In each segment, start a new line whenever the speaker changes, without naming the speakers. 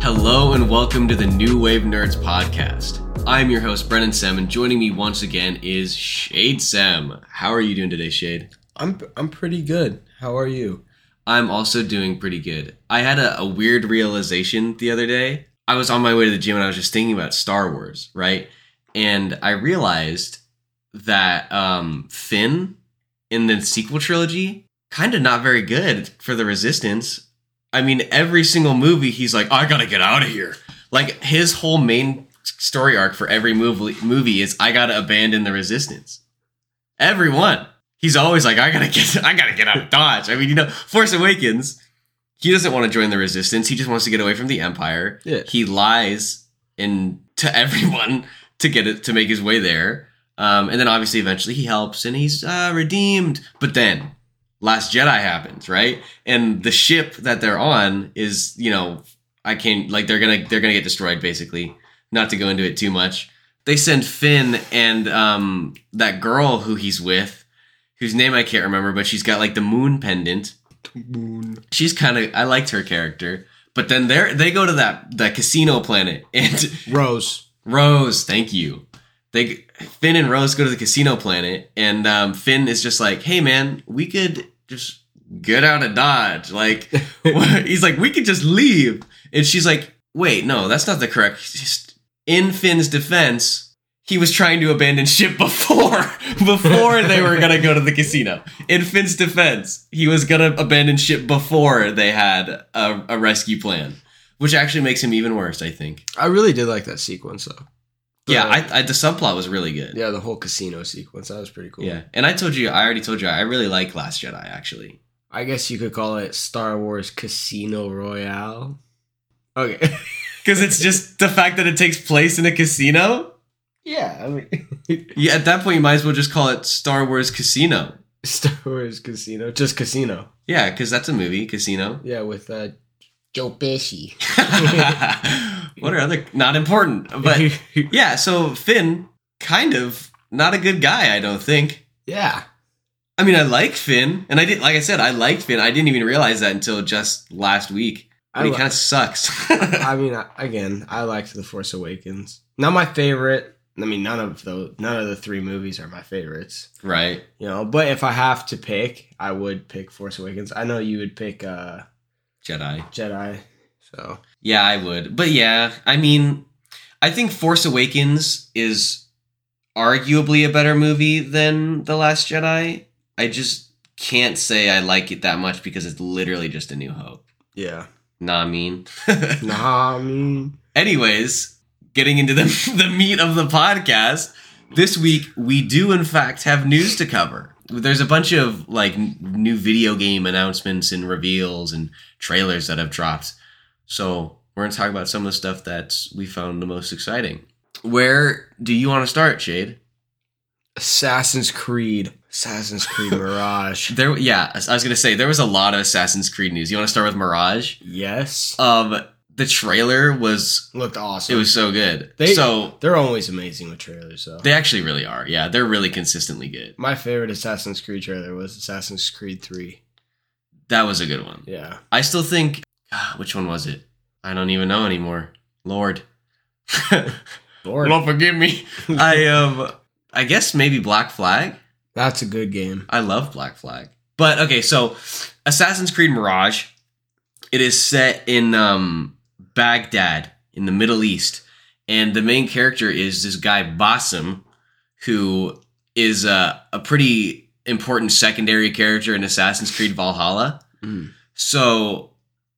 Hello and welcome to the New Wave Nerds podcast. I'm your host Brennan Sem, and joining me once again is Shade Sem. How are you doing today, Shade?
I'm I'm pretty good. How are you?
I'm also doing pretty good. I had a, a weird realization the other day. I was on my way to the gym and I was just thinking about Star Wars, right? And I realized that um, Finn in the sequel trilogy kind of not very good for the Resistance. I mean, every single movie he's like, "I gotta get out of here." Like his whole main story arc for every movie movie is, "I gotta abandon the Resistance." Everyone, he's always like, "I gotta get, I gotta get out of Dodge." I mean, you know, Force Awakens, he doesn't want to join the Resistance. He just wants to get away from the Empire.
Yeah.
He lies in to everyone to get it to make his way there. Um, and then obviously eventually he helps and he's uh, redeemed. But then Last Jedi happens, right? And the ship that they're on is, you know, I can't like they're gonna they're gonna get destroyed basically. Not to go into it too much. They send Finn and um that girl who he's with, whose name I can't remember, but she's got like the moon pendant. She's kind of I liked her character, but then they are they go to that that casino planet and
Rose.
Rose, thank you. They Finn and Rose go to the casino planet, and um, Finn is just like, "Hey, man, we could just get out of Dodge." Like he's like, "We could just leave," and she's like, "Wait, no, that's not the correct." Just, in Finn's defense, he was trying to abandon ship before before they were gonna go to the casino. In Finn's defense, he was gonna abandon ship before they had a, a rescue plan, which actually makes him even worse, I think.
I really did like that sequence though. The-
Yeah, I, I, the subplot was really good.
yeah, the whole casino sequence. That was pretty cool.
Yeah, and I told you, I already told you, I really like Last Jedi. Actually,
I guess you could call it Star Wars Casino Royale. Okay.
because it's just the fact that it takes place in a casino.
yeah, I mean
Yeah, at that point, you might as well just call it Star Wars Casino.
Star Wars Casino, just Casino.
Yeah, because that's a movie, Casino.
Yeah, with uh Joe Pesci.
what are other not important? But yeah, so Finn, kind of not a good guy. I don't think.
yeah.
I mean, I like Finn, and I did. Like I said, I liked Finn. I didn't even realize that until just last week. But
I
he
li-
kind of sucks.
I mean, I- again, I liked The Force Awakens. Not my favorite. I mean, none of the none of the three movies are my favorites.
right.
You know, but if I have to pick, I would pick Force Awakens. I know you would pick uh
Jedi.
Jedi. So
Yeah, I would. But yeah, I mean, I think Force Awakens is arguably a better movie than The Last Jedi. I just can't say I like it that much because it's literally just a new hope.
yeah.
Nah, I mean.
Nah, I mean
Anyways, getting into the the meat of the podcast, this week we do in fact have news to cover. There's a bunch of like n- new video game announcements and reveals and trailers that have dropped. So, we're going to talk about some of the stuff that we found the most exciting. Where do you want to start, Shade?
Assassin's Creed. Assassin's Creed Mirage.
There yeah, I was going to say there was a lot of Assassin's Creed news. You want to start with Mirage?
yes.
Um the trailer was
Looked awesome.
it was so good.
They-
so
They're always amazing with trailers though.
They actually really are. Yeah, they're really consistently good.
my favorite Assassin's Creed trailer was Assassin's Creed 3.
That was a good one.
Yeah.
I still think ah, which one was it? I don't even know anymore. Lord.
Lord.
Lord forgive me. I um I guess maybe Black Flag.
That's a good game.
I love Black Flag. But okay, so Assassin's Creed Mirage, it is set in um Baghdad in the Middle East, and the main character is this guy Bassem, who is a, a pretty important secondary character in Assassin's Creed Valhalla.
Mm.
So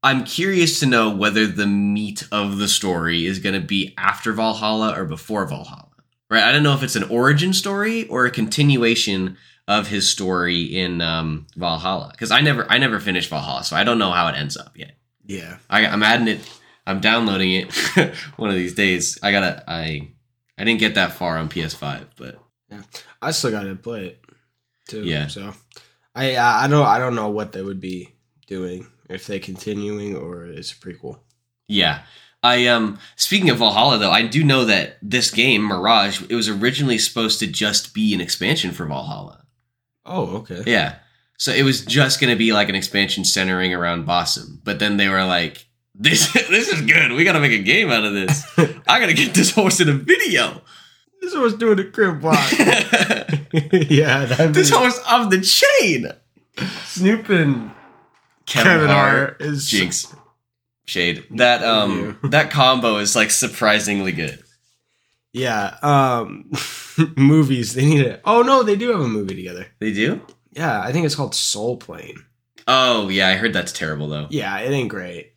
I'm curious to know whether the meat of the story is going to be after Valhalla or before Valhalla. Right? I don't know if it's an origin story or a continuation of his story in um, Valhalla because I never I never finished Valhalla, so I don't know how it ends up yet.
Yeah.
I, I'm adding it. I'm downloading it one of these days. I gotta. I I didn't get that far on PS5, but
I still got to play it too.
Yeah.
So I I I don't I don't know what they would be doing if they continuing or it's a prequel.
Yeah. I um speaking of Valhalla though, I do know that this game, Mirage, it was originally supposed to just be an expansion for Valhalla.
Oh, okay.
Yeah. So it was just gonna be like an expansion centering around Bossum. But then they were like This this is good. We gotta make a game out of this. I gotta get this horse in a video.
This horse doing a crib walk. yeah, that'd
this
be-
horse off the chain.
Snoop and
Kevin, Hart,
is
Jinx, Shade. That um that combo is like surprisingly good.
Yeah, um, movies. They need it. Oh no, they do have a movie together.
They do?
Yeah, I think it's called Soul Plane.
Oh yeah, I heard that's terrible though.
Yeah, it ain't great.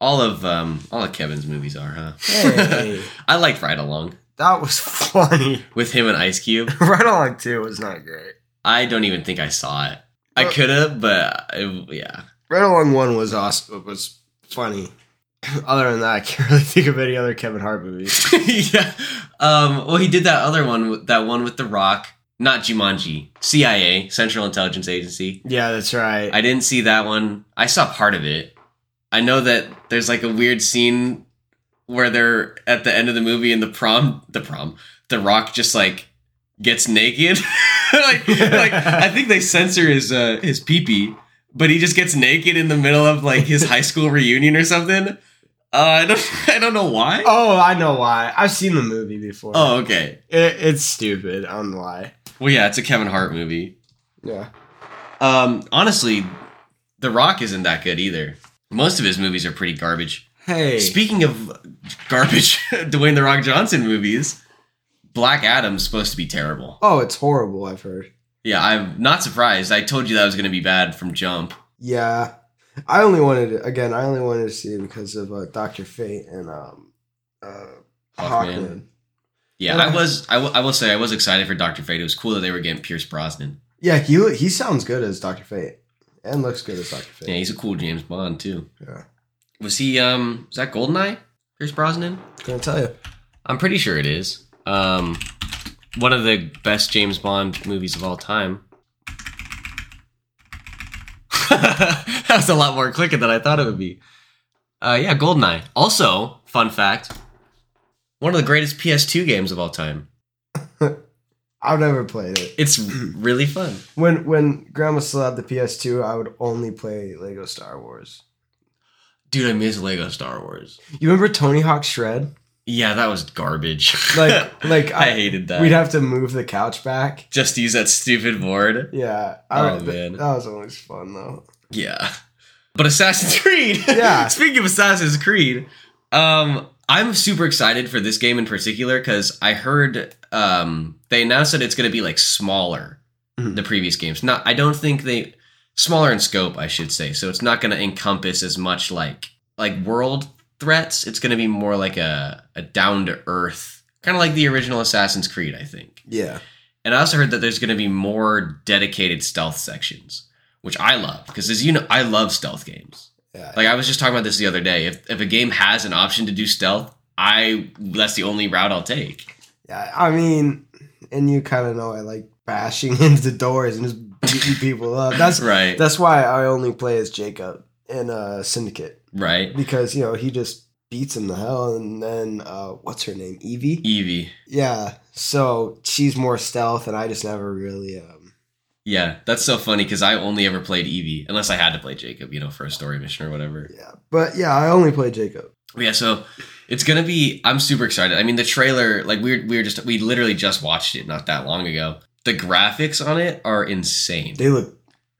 All of um all of Kevin's movies are, huh?
Hey,
I liked Ride Along
that was funny.
with him and Ice Cube.
Right Along Two was not great.
I don't even think I saw it. I
Uh,
could have, but it, yeah.
Right Along One was awesome. Was funny. Other than that, I can't really think of any other Kevin Hart movies.
yeah. Um, well, he did that other one, with- that one with The Rock, not Jumanji, CIA, Central Intelligence Agency.
Yeah, that's right.
I didn't see that one. I saw part of it. I know that there's like a weird scene where they're at the end of the movie and the prom, the prom, The Rock just like gets naked. like, like I think they censor his uh, his pee but he just gets naked in the middle of like his high school reunion or something. Uh, I don't, I don't know why.
oh, I know why. I've seen the movie before.
oh okay.
It, it's stupid. I don't know why.
Well, yeah, it's a Kevin Hart movie.
Yeah.
Um, honestly, The Rock isn't that good either. Most of his movies are pretty garbage.
Hey.
Speaking of garbage, Dwayne The Rock Johnson movies, Black Adam's supposed to be terrible.
oh, it's horrible. I've heard.
Yeah, I'm not surprised. I told you that was going to be bad from jump.
Yeah, I only wanted to, again. I only wanted to see it because of uh, Doctor Fate and um, uh,
Hawkman.
Hawkman.
Yeah,
And
I
I-
was. I, w- I will say I was excited for Doctor Fate. It was cool that they were getting Pierce Brosnan.
Yeah, he he sounds good as Doctor Fate and looks good as Doctor
Yeah,
Fate.
he's a cool James Bond too.
Yeah.
Was he? Um, is that Goldeneye? Pierce Brosnan?
Gonna tell you,
I'm pretty sure it is. Um, one of the best James Bond movies of all time. that was a lot more clicking than I thought it would be. Uh, yeah, Goldeneye. Also, fun fact, one of the greatest PS2 games of all time.
I've never played it.
It's really fun.
When when Grandma still had the PS2, I would only play Lego Star Wars.
Dude, I miss Lego Star Wars.
You remember Tony Hawk Shred?
Yeah, that was garbage.
Like like
I
I,
hated that.
we'd have to move the couch back.
Just use that stupid board.
Yeah, I
Oh,
would-
man.
that was always fun though.
Yeah. But Assassin's Creed.
Yeah.
Speaking of Assassin's Creed, um, I'm super excited for this game in particular because I heard um, they announced that it's going to be like smaller
Mhm.
the previous games. Not, I don't think they smaller in scope, I should say. So it's not going to encompass as much like like world threats. It's going to be more like a a down to earth kind of like the original Assassin's Creed, I think.
Yeah,
And I also heard that there's going to be more dedicated stealth sections, which I love because, as you know, I love stealth games.
yeah.
Like I was just talking about this the other day. If if a game has an option to do stealth, I that's the only route I'll take.
Yeah, I mean, and you kind of know I like bashing into doors and just beating people up. That's
right,
that's why I only play as Jacob in uh, Syndicate
right.
because you know he just beats him to hell. And then uh, what's her name, Evie?
Evie,
Yeah, so she's more stealth, and I just never really. Um,
yeah, that's so funny because I only ever played Evie unless I had to play Jacob, you know, for a story mission or whatever.
yeah, but yeah, I only play Jacob.
But yeah, so it's gonna be. I'm super excited. I mean, the trailer, like we were, we were just we literally just watched it not that long ago. The graphics on it are insane.
They look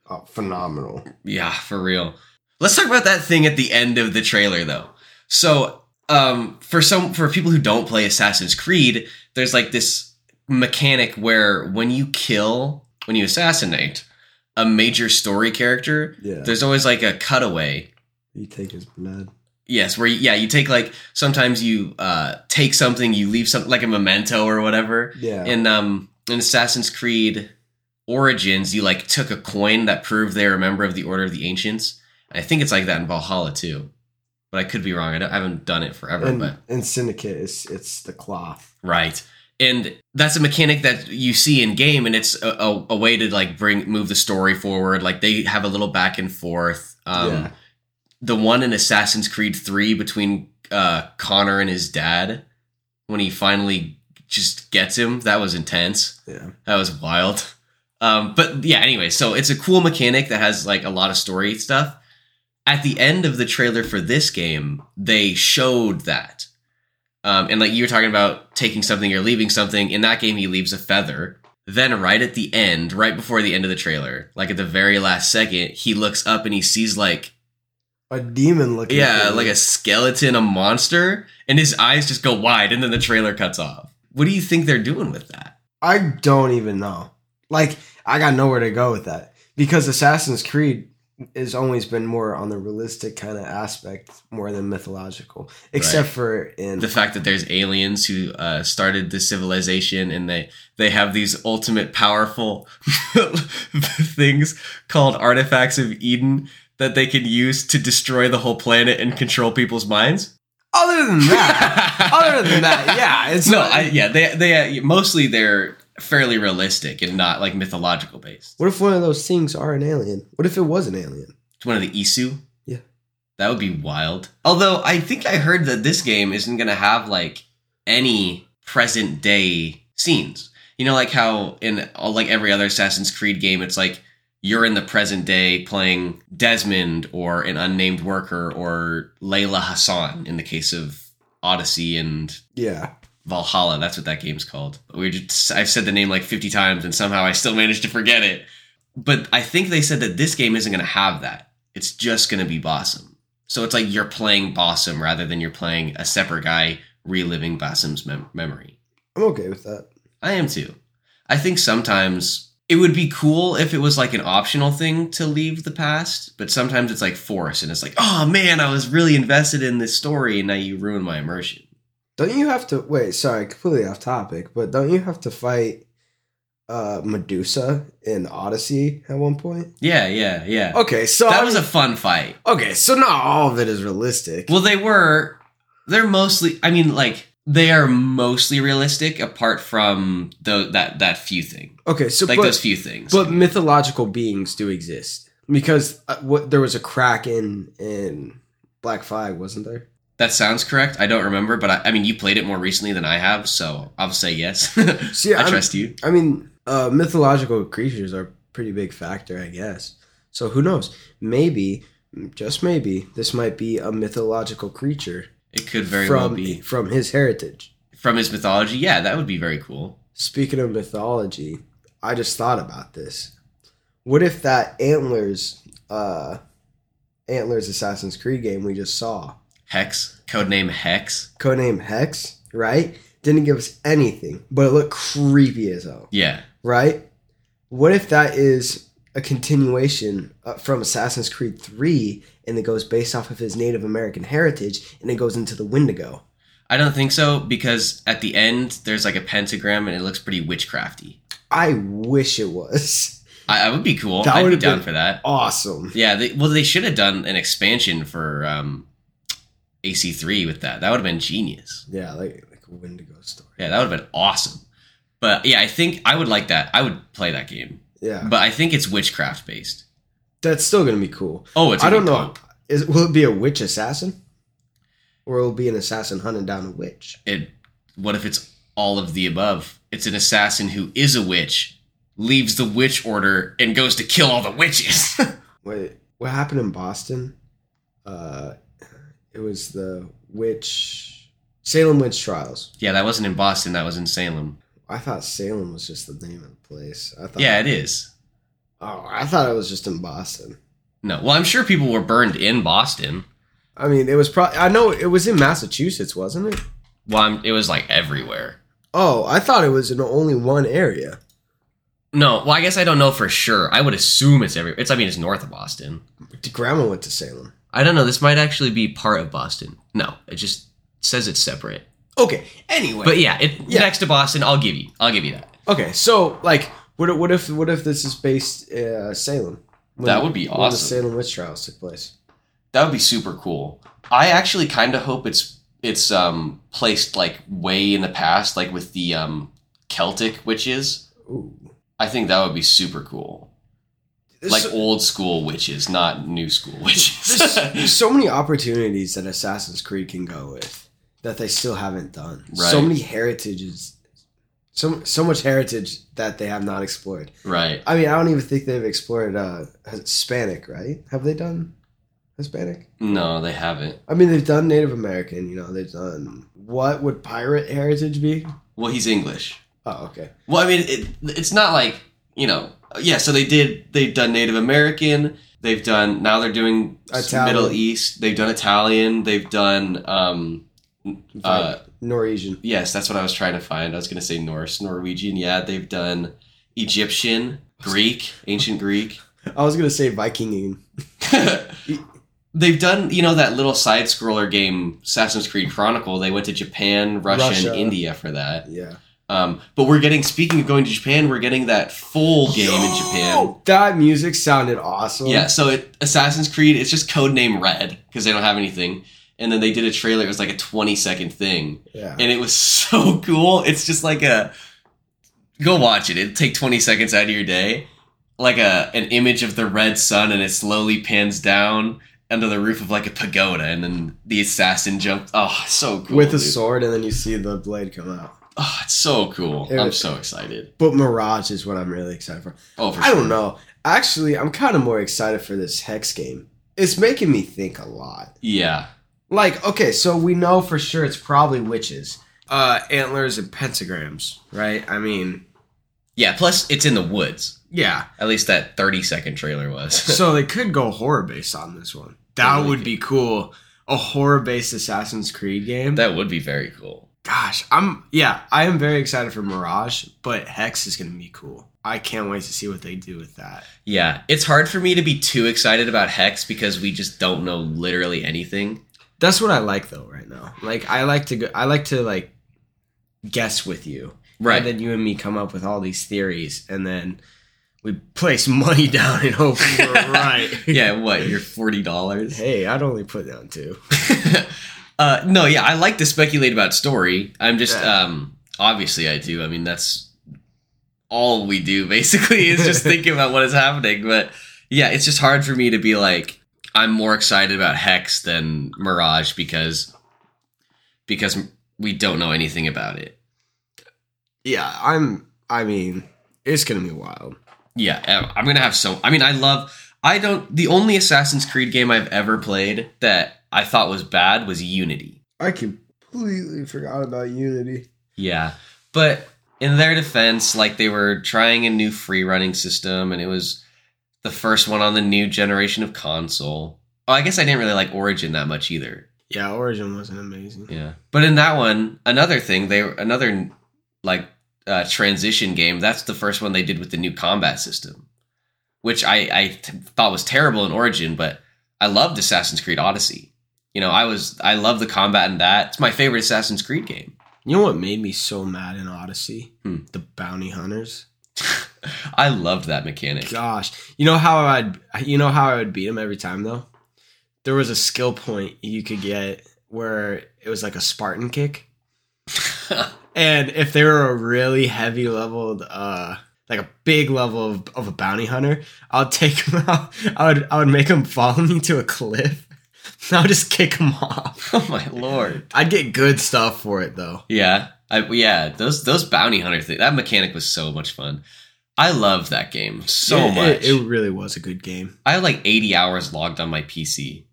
uh, phenomenal.
Yeah, for real. Let's talk about that thing at the end of the trailer though. So, um for some for people who don't play Assassin's Creed, there's like this mechanic where when you kill, when you assassinate a major story character,
Yeah,
there's always like a cutaway
you take his blood.
Yes, where yeah, you take like sometimes you uh take something, you leave something like a memento or whatever.
Yeah,
In um in Assassin's Creed Origins, you like took a coin that proved they were a member of the Order of the Ancients. And I think it's like that in Valhalla too. But I could be wrong. I, don't- I haven't done it forever,
and,
but
and Syndicate it's it's the cloth.
right. And that's a mechanic that you see in game and it's a, a, a way to like bring move the story forward. Like they have a little back and forth. Um
yeah,
the one in Assassin's Creed 3 between uh, Connor and his dad when he finally just gets him. That was intense.
yeah.
That was wild. Um, but yeah, anyway, so it's a cool mechanic that has like a lot of story stuff. at the end of the trailer for this game, they showed that. Um, and like you were talking about taking something or leaving something. In that game, he leaves a feather. Then, right at the end, right before the end of the trailer, like at the very last second, he looks up and he sees like
A demon looking.
yeah,
thing.
like a skeleton, a monster, and his eyes just go wide, and then the trailer cuts off. What do you think they're doing with that?
I don't even know. Like I got nowhere to go with that because Assassin's Creed has always been more on the realistic kind of aspect more than mythological, except for in
The fact that there's aliens who uh, started this civilization, and they they have these ultimate powerful things called artifacts of Eden that they can use to destroy the whole planet and control people's minds.
other than that, other than that, yeah, it's
no, I, yeah, they they uh, mostly they're fairly realistic and not like mythological based.
What if one of those things are an alien? What if it was an alien?
It's one of the Isu.
Yeah.
That would be wild. Although I think I heard that this game isn't going to have like any present day scenes. You know, like how in all, like every other Assassin's Creed game, it's like you're in the present day playing Desmond or an unnamed worker or Layla Hassan in the case of Odyssey and
Yeah.
Valhalla. That's what that game's called. We just I've said the name like 50 times and somehow I still managed to forget it. But I think they said that this game isn't going to have that. It's just going to be Bossum. So it's like you're playing Bossum rather than you're playing a separate guy reliving Bossum's mem- memory.
I'm okay with that.
I am too. I think sometimes it would be cool if it was like an optional thing to leave the past, but sometimes it's like forced and it's like, oh man, I was really invested in this story and now you ruined my immersion.
Don't you have to wait, sorry, completely off topic, but don't you have to fight uh Medusa in Odyssey at one point?
Yeah, yeah, yeah.
Okay, so
that
I
was a fun fight.
mean- Okay, so not all of it is realistic.
Well, they were. They're mostly. I mean, like they are mostly realistic, apart from the that that few thing,
okay, so
like
but,
those few things.
but mythological beings do exist because uh, what there was a crack in in Black Flag, wasn't there?
that sounds correct. I don't remember, but I, I mean, you played it more recently than I have, so I'll say yes.
So yeah,
I
I'm-
trust you.
I mean, uh, mythological creatures are a pretty big factor, I guess. So who knows? Maybe, just maybe, this might be a mythological creature
It could very
from
well be
from his heritage.
from his mythology. Yeah, that would be very cool.
Speaking of mythology, I just thought about this. What if that antlers, uh, antlers Assassin's Creed game we just saw,
Hex, codename Hex.
codename Hex, right? Didn't give us anything, but it looked creepy as hell.
Yeah,
right? What if that is a continuation uh, from Assassin's Creed 3 and it goes based off of his Native American heritage and it goes into the Wendigo?
I don't think so because at the end there's like a pentagram and it looks pretty witchcrafty.
I wish it was.
I, I would be cool.
That
I'd be
would've
down
been-
for that.
Awesome.
Yeah, they, well, they should have done an expansion for um, AC3 with that. That would have been genius.
Yeah, like, like a Wendigo story.
Yeah, that would have been awesome. But yeah, I think I would like that. I would play that game.
Yeah.
But I think it's witchcraft based.
That's still going to be cool.
Oh, it's
I don't
gonna be
know.
dope.
Is, will it be a witch assassin? Or will it be an assassin hunting down a witch?
It. What if it's all of the above? It's an assassin who is a witch, leaves the witch order, and goes to kill all the witches.
Wait, what happened in Boston? Uh, it was the witch, Salem witch trials.
yeah, that wasn't in Boston. That was in Salem.
I thought Salem was just the name of the place. I thought
Yeah, it is.
Oh, I thought it was just in Boston.
No, well, I'm sure people were burned in Boston.
I mean, it was probably. I know it was in Massachusetts, wasn't it?
Well, I'm, it was like everywhere.
Oh, I thought it was in only one area.
No, well, I guess I don't know for sure. I would assume it's every. It's I mean, it's north of Boston.
Grandma went to Salem.
I don't know. This might actually be part of Boston. No, it just says it's separate.
Okay. Anyway.
But yeah, it
Yeah.
next to Boston. I'll give you. I'll give you that.
okay. So, like, what? if- What if? What if this is based uh, Salem? When-
That would be
when
awesome.
the Salem witch trials took place.
That would be super cool. I actually kind of hope it's it's um placed like way in the past, like with the um Celtic witches.
Ooh.
I think that would be super cool. Like
so,
old school witches, not new school
there's, there's
witches.
so many opportunities that Assassin's Creed can go with that they still haven't done. So
Right.
many heritages, so so much heritage that they have not explored.
right.
I mean, I don't even think they've explored uh, Hispanic, right? Have they done? Hispanic?
No, they haven't.
I mean, they've done Native American. You know, they've done what would pirate heritage be?
Well, he's English.
Oh, okay.
Well, I mean, it, it's not like you know. Yeah, so they did. They've done Native American. They've done now. They're doing s-
Italian.
Middle East. They've done Italian. They've done. um uh,
Norwegian.
Yes, that's what I was trying to find. I was going to say Norse, Norwegian. Yeah, they've done Egyptian, Greek, ancient Greek.
I was gonna say Vikinging. E-,
they've done you know that little side scroller game, Assassin's Creed Chronicle. They went to Japan, Russia,
Russia.
and India for that.
Yeah.
Um, but we're getting. Speaking of going to Japan, we're getting that full game in Japan.
Yo! That music sounded awesome.
Yeah, so it, Assassin's Creed, it's just codename Red because they don't have anything. And then they did a trailer. It was like a 20 second thing.
Yeah.
and it was so cool. It's just like a go watch it. It'll take 20 seconds out of your day. Like a an image of the red sun and it slowly pans down under the roof of like a pagoda and then the assassin jumps. Oh, so cool.
With a
dude.
sword, and then you see the blade come out.
Oh, it's so cool.
It
I'm
was-
so excited.
But Mirage is what I'm really excited for.
Oh, for
I
sure.
don't know. Actually, I'm kind of more excited for this Hex game. It's making me think a lot.
Yeah.
Like, okay, so we know for sure it's probably witches, uh, antlers, and pentagrams, right? I mean,
Yeah, plus it's in the woods.
yeah.
At least that 30 second trailer was.
so they could go horror based on this one. That
really
would
could.
be cool. A horror based Assassin's Creed game.
that would be very cool.
Gosh, I'm yeah, I am very excited for Mirage, but Hex is gonna be cool. I can't wait to see what they do with that.
Yeah, it's hard for me to be too excited about Hex because we just don't know literally anything.
That's what I like though right now. Like I like to go I like to like guess with you.
Right.
And then you and me come up with all these theories and then we place money down and hope we're right.
yeah, what? You're forty dollars.
Hey, I'd only put down two.
uh, no, yeah, I like to speculate about story. I'm just,
Yeah.
um, obviously, I do. I mean, that's all we do basically is just thinking about what is happening. But yeah, it's just hard for me to be like, I'm more excited about Hex than Mirage because because we don't know anything about it.
Yeah, I'm I mean, it's gonna be wild.
Yeah, ev- I'm gonna have so. I mean, I love. I don't. The only Assassin's Creed game I've ever played that I thought was bad was Unity.
I completely forgot about Unity.
Yeah. But in their defense, like they were trying a new free running system and it was the first one on the new generation of console. Oh, I guess I didn't really like Origin that much either.
Yeah, Origin wasn't amazing.
Yeah. But in that one, another thing, they another like uh, transition game, that's the first one they did with the new combat system, which I I t- thought was terrible in Origin, but I loved Assassin's Creed Odyssey. You know, I was I love the combat in that. It's my favorite Assassin's Creed game.
You know what made me so mad in Odyssey?
Hmm.
The bounty hunters.
I loved that mechanic.
Gosh, you know how I'd you know how I would beat them every time though. There was a skill point you could get where it was like a Spartan kick, and if they were a really heavy leveled, uh, like a big level of, of a bounty hunter, I'll take them out. I would I would make them follow me to a cliff. I would just kick them off.
oh my lord.
I'd get good stuff for it though.
Yeah. I, yeah, those those bounty hunter thing. That mechanic was so much fun. I love that game so
It-
much.
It, it really was a good game.
I had like 80 hours logged on my PC.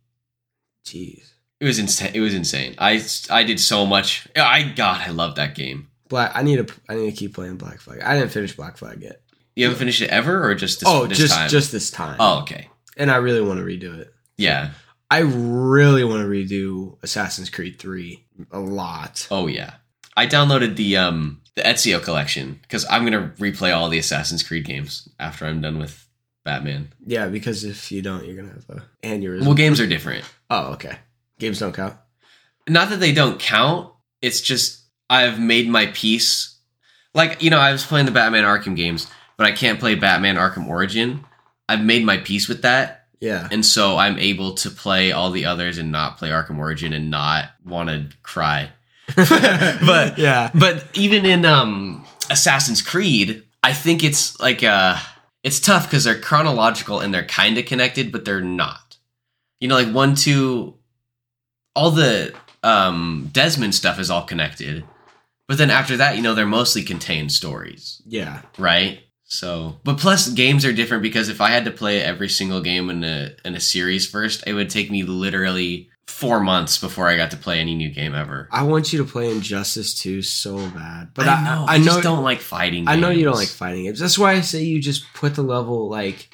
Jeez.
It was insane. It was insane. I I did so much. I god, I love that game.
Black. I need to. I need to keep playing Black Flag. I didn't finish Black Flag yet.
You haven't finished it ever or just this
oh,
this
just
time?
just this time.
Oh, okay.
and I really want to redo it.
Yeah.
I really want to redo Assassin's Creed Three a lot.
Oh yeah. I downloaded the um the Ezio collection cuz I'm going to replay all the Assassin's Creed games after I'm done with Batman.
Yeah, because if you don't, you're gonna have a aneurysm.
Well, games are different.
oh, okay. Games don't count.
not that they don't count it's just i've made my peace like you know i was playing the batman arkham games but i can't play batman arkham origin i've made my peace with that
Yeah.
and so i'm able to play all the others and not play arkham origin and not want to cry But-
yeah,
but even in um assassin's creed i think it's like uh it's tough because they're chronological and they're kind of connected but they're not you know like one two all the um desmond stuff is all connected but then after that you know they're mostly contained stories
yeah.
right So, but plus games are different because if I had to play every single game in a in a series first, it would take me literally 4 months before I got to play any new game ever.
I want you to play Injustice 2 so bad, but
I know, I,
know
just don't like fighting
I know you don't like
games.
fighting games. That's why I say you just put the level like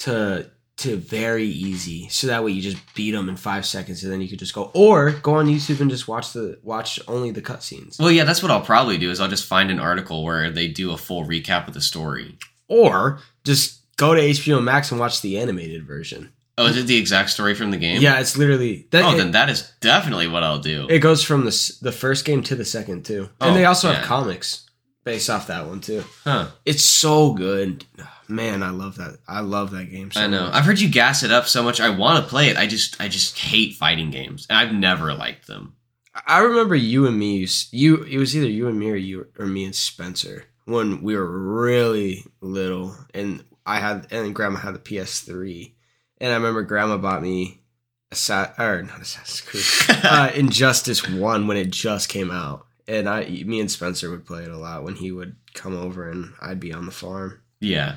to to very easy, so that way you just beat them in five seconds, and then you could just go or go on YouTube and just watch the watch only the cutscenes,
Well, yeah, that's what I'll probably do is I'll just find an article where they do a full recap of the story.
or just go to HBO Max and watch the animated version.
Oh, is it the exact story from the game?
Yeah, it's literally that.
Oh,
it,
then that is definitely what I'll do.
it goes from the s- the first game to the second too, and
Oh,
they also
yeah.
have comics based off that one too.
Huh.
It's so good, man. I love that. I love that game. So
I know.
much.
I've heard you gas it up so much. I want to play it. I just, I just hate fighting games, and I've never liked them.
I remember you and me. You, s- you it was either you and me or you or me and Spencer when we were really little, and I had and Grandma had the PS3, and I remember Grandma bought me a or not Assassin's Creed, uh, Injustice One when it just came out, and I me and Spencer would play it a lot when he would come over and I'd be on the farm.
yeah,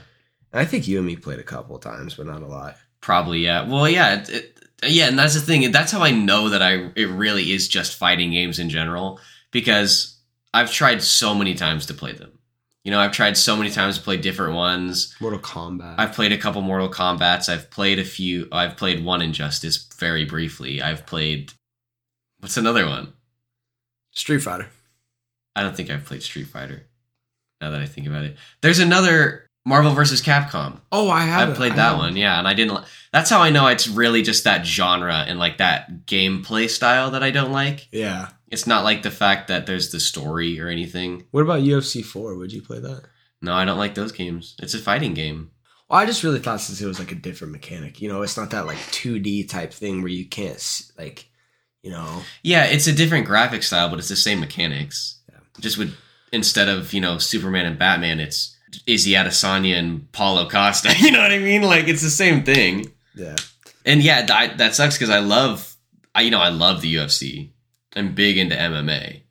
And I think you and me played a couple times, but not a lot.
probably. Yeah. Well, yeah, it, it, yeah, and that's the thing. That's how I know that I it really is just fighting games in general because I've tried so many times to play them. You know, I've tried so many times to play different ones.
Mortal Kombat.
I've played a couple Mortal Kombat's. I've played a few. I've played one Injustice very briefly. I've played. What's another one?
Street Fighter.
I don't think I've played Street Fighter. Now that I think about it, there's another Marvel vs. Capcom.
Oh, I
I
have.
have played that one, yeah, and I didn't. Li- That's how I know it's really just that genre and like that gameplay style that I don't like.
Yeah.
It's not like the fact that there's the story or anything.
What about UFC Four? Would you play that?
No, I don't like those games. It's a fighting game.
Well, I just really thought since it was like a different mechanic, you know, it's not that like 2D type thing where you can't s- like, you know,
Yeah, it's a different graphic style, but it's the same mechanics.
Yeah.
Just with instead of you know Superman and Batman, it's Izzy Adesanya and Paulo Costa. You know what I mean? Like it's the same thing.
yeah.
And yeah, I, that sucks because I love, I you know, I love the UFC. I'm big into MMA.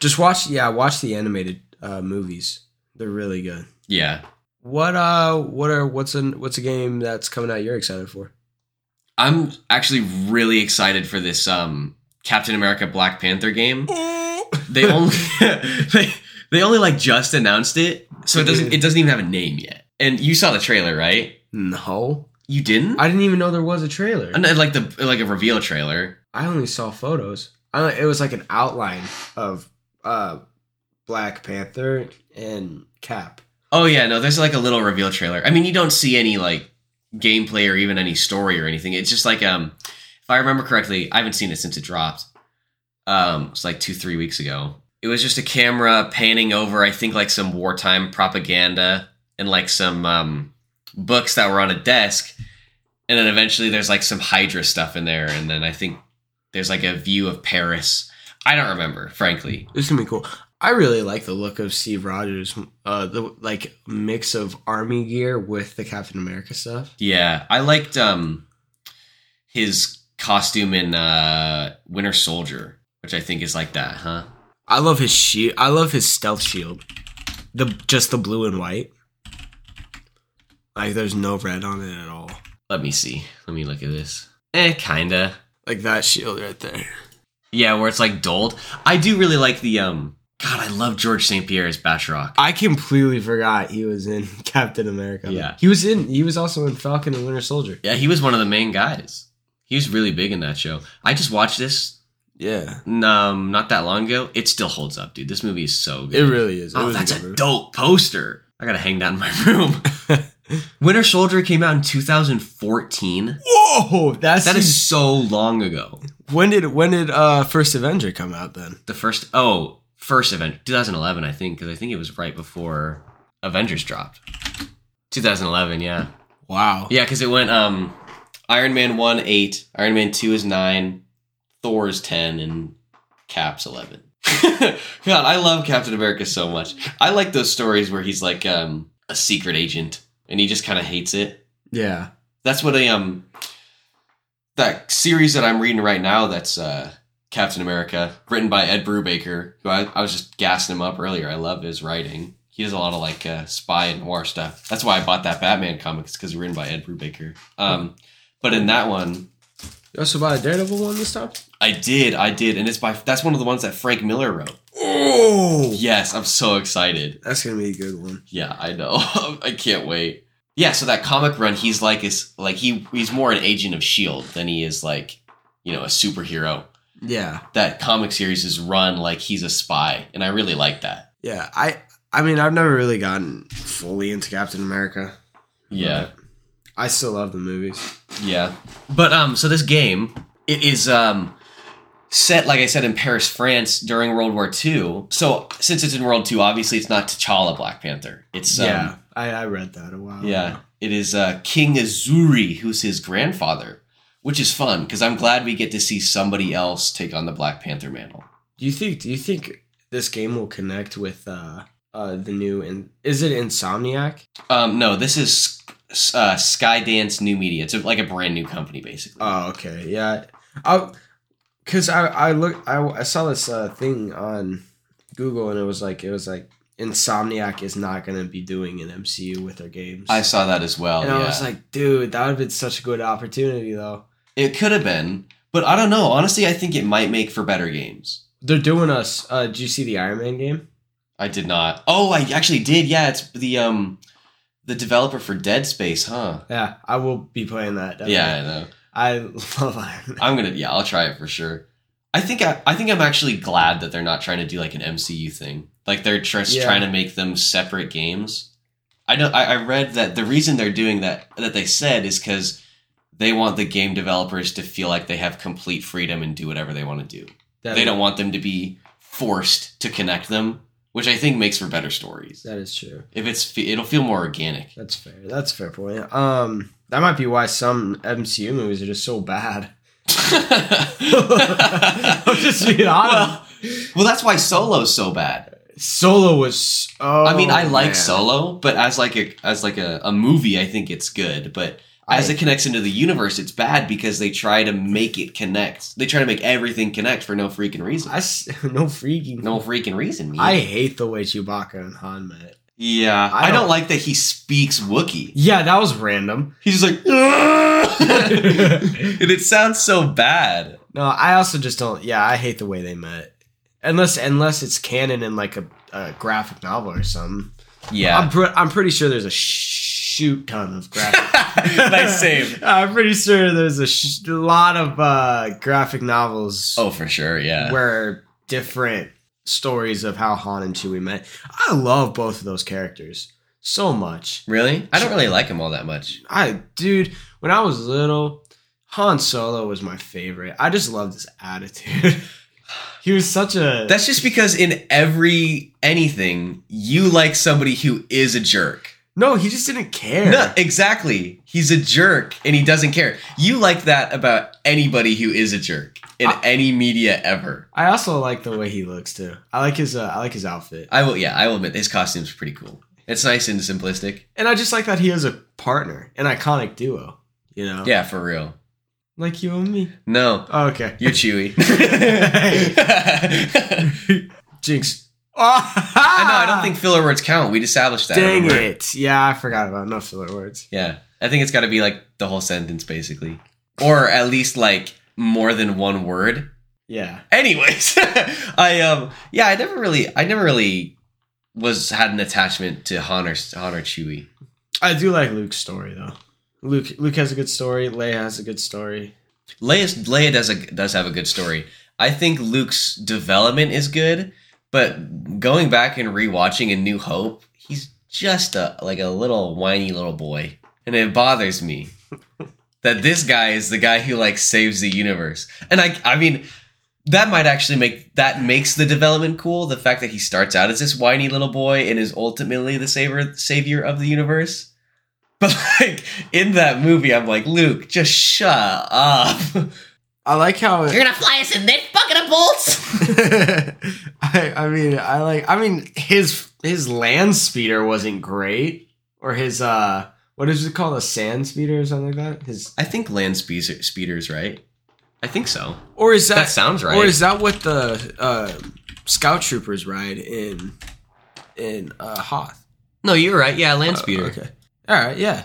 Just watch, yeah, watch the animated uh, movies. They're really good.
Yeah,
What uh, what are what's an what's a game that's coming out you're excited for?
I'm actually really excited for this um, Captain America Black Panther game. They only they, they only like just announced it, so it doesn't it doesn't even have a name yet. And you saw the trailer, right?
No,
You didn't?
I didn't even know there was a trailer.
And, uh, like the like a reveal trailer.
I only saw photos. I, it was like an outline of uh, Black Panther and Cap.
Oh yeah, no, there's like a little reveal trailer. I mean, you don't see any like gameplay or even any story or anything. It's just like um, if I remember correctly, I haven't seen it since it dropped. Um, it's like two three weeks ago. It was just a camera panning over, I think, like some wartime propaganda and like some um, books that were on a desk, and then eventually there's like some Hydra stuff in there, and then I think there's like a view of Paris. I don't remember, frankly.
This is gonna be cool. I really like the look of Steve Rogers, uh, the like mix of army gear with the Captain America stuff.
Yeah, I liked um his costume in uh Winter Soldier, which I think is like that, huh?
I love his shield. I love his stealth shield. The just the blue and white. Like there's no red on it at all.
Let me see. Let me look at this. Eh, kinda.
Like that shield right there.
Yeah, where it's like dulled. I do really like the um. God, I love George St. Pierre as Batroc.
I completely forgot he was in Captain America.
Yeah.
he was in. He was also in Falcon and Winter Soldier.
Yeah, he was one of the main guys. He was really big in that show. I just watched this
Yeah,
um not that long ago. It still holds up, dude. This movie is so good.
it really is. It
Oh,
was
that's
good
a
movie.
dope poster. I gotta hang that in my room. Winter Soldier came out in 2014.
Whoa, that's
That is so long ago.
when did when did uh First Avenger come out then?
The first, oh, first event, 2011, I think, because I think it was right before Avengers dropped. 2011, yeah.
Wow.
Yeah, because it went um, Iron Man 1, 8, Iron Man 2 is 9, Thor is 10, and Cap's 11. God, I love Captain America so much. I like those stories where he's like um, a secret agent and he just kind of hates it.
Yeah.
That's what I um that series that I'm reading right now that's uh Captain America, written by Ed Brubaker, who I, I was just gassing him up earlier. I love his writing. He does a lot of like uh, spy and noir stuff. That's why I bought that Batman comic. It's because written by Ed Brubaker. Um, but in that one,
You also bought a Daredevil one this time?
I did, I did, and it's by that's one of the ones that Frank Miller wrote.
Oh!
Yes, I'm so excited.
That's going to be a good one.
Yeah, I know. I can't wait. Yeah, so that comic run, he's like is like he he's more an agent of Shield E than he is like you know a superhero.
Yeah.
That comic series is run like he's a spy, and I really like that.
Yeah. I I mean, I've never really gotten fully into Captain America.
Yeah,
but I still love the movies.
yeah. But um, so this game it is um set like I said in Paris, France during World War II. So since it's in World War II, obviously it's not T'Challa Black Panther. It's um,
yeah. I, I read that a while
Yeah,
ago.
it is uh, King Azuri, who's his grandfather, which is fun because I'm glad we get to see somebody else take on the Black Panther mantle.
Do you think do you think this game will connect with uh uh the new and is it Insomniac?
Um, no, this is uh, Skydance New Media. It's a, like a brand new company, basically.
Oh, okay. Yeah. I cuz I I look I, I saw this uh thing on Google and it was like it was like Insomniac is not going to be doing an MCU with their games.
I saw that as well.
and
yeah,
I was like, dude, that would have been such a good opportunity though.
it could have been, but I don't know. Honestly, I think it might make for better games.
They're doing us. Uh, did you see the Iron Man game?
I did not. Oh, I actually did. Yeah, it's the um, the developer for Dead Space, huh?
Yeah, I will be playing that. definitely.
Yeah, I know.
I love Iron Man.
I'm gonna yeah, I'll try it for sure. I think I, I think I'm actually glad that they're not trying to do like an MCU thing. Like they're just
Yeah.
trying to make them separate games. I know I, I read that the reason they're doing that that they said is because they want the game developers to feel like they have complete freedom and do whatever they want to do.
That
they
is-
don't want them to be forced to connect them, which I think makes for better stories.
That is true.
If it's fe- it'll feel more organic.
That's fair. That's a fair point. Um, that might be why some MCU movies are just so bad. I'm just being
Well,
honest.
well, that's why Solo's so bad.
Solo was. Oh,
I mean, I like
man.
Solo, but as like a as like a, a movie, I think it's good. But as
I-
it connects into the universe, it's bad because they try to make it connect. They try to make everything connect for no freaking reason.
I s- no freaking.
no freaking reason. man.
I hate the way Chewbacca and Han met.
yeah,
I
I don't,
don't-
like that he speaks Wookiee.
Yeah, that was random.
He's just like, and it sounds so bad.
No, I also just don't. Yeah, I hate the way they met. Unless, unless it's canon in like a, a graphic novel or something.
Yeah,
I'm, pre- I'm pretty sure there's a shoot ton of graphic.
nice save.
I'm pretty sure there's a sh- lot of uh, graphic novels
Oh, for sure. Yeah,
where different stories of how Han and Chewie met. I love both of those characters so much.
really. I don't really like him all that much.
I dude, when I was little, Han Solo was my favorite. I just loved his attitude. he was such a
That's just because in every anything, you like somebody who is a jerk.
no. He just didn't care.
No, exactly. He's a jerk and he doesn't care. You like that about anybody who is a jerk in
I-
any media ever.
I also like the way he looks too. I like his uh, I like his outfit.
I will yeah, I will admit his costume's pretty cool. It's nice and simplistic.
And I just like that he has a partner, an iconic duo. You know,
Yeah, for real.
like you and me.
No.
Oh, okay,
You're chewy.
Jinx.
I know, I don't think filler words count. We established that.
Dang
remember?
it! Yeah, I forgot about enough filler words.
Yeah. I think it's gotta be like the whole sentence basically. Or at least like more than one word.
Yeah,
anyways i um yeah i never really i never really was had an attachment to han or, han or chewie
I do like Luke's story though. Luke Luke has a good story. Leia has a good story.
leia's leia does a does have a good story i think luke's development is good but going back and rewatching a new hope he's just a like a little whiny little boy and it bothers me that this guy is the guy who like saves the universe and i i mean that might actually make that makes the development cool the fact that he starts out as this whiny little boy and is ultimately the savior savior of the universe but like in that movie i'm like luke just shut up
I like how
you're gonna fly us in this bucket of bolts
I I mean I like I mean his his land speeder wasn't great or his uh what is it called a sand speeder or something like that his
i think land speeder, speeders right i think so
or is
that sounds right
Or is that what the uh, scout troopers ride in in uh, Hoth.
No, you're right. Yeah, land speeder.
Uh, okay. All right. Yeah.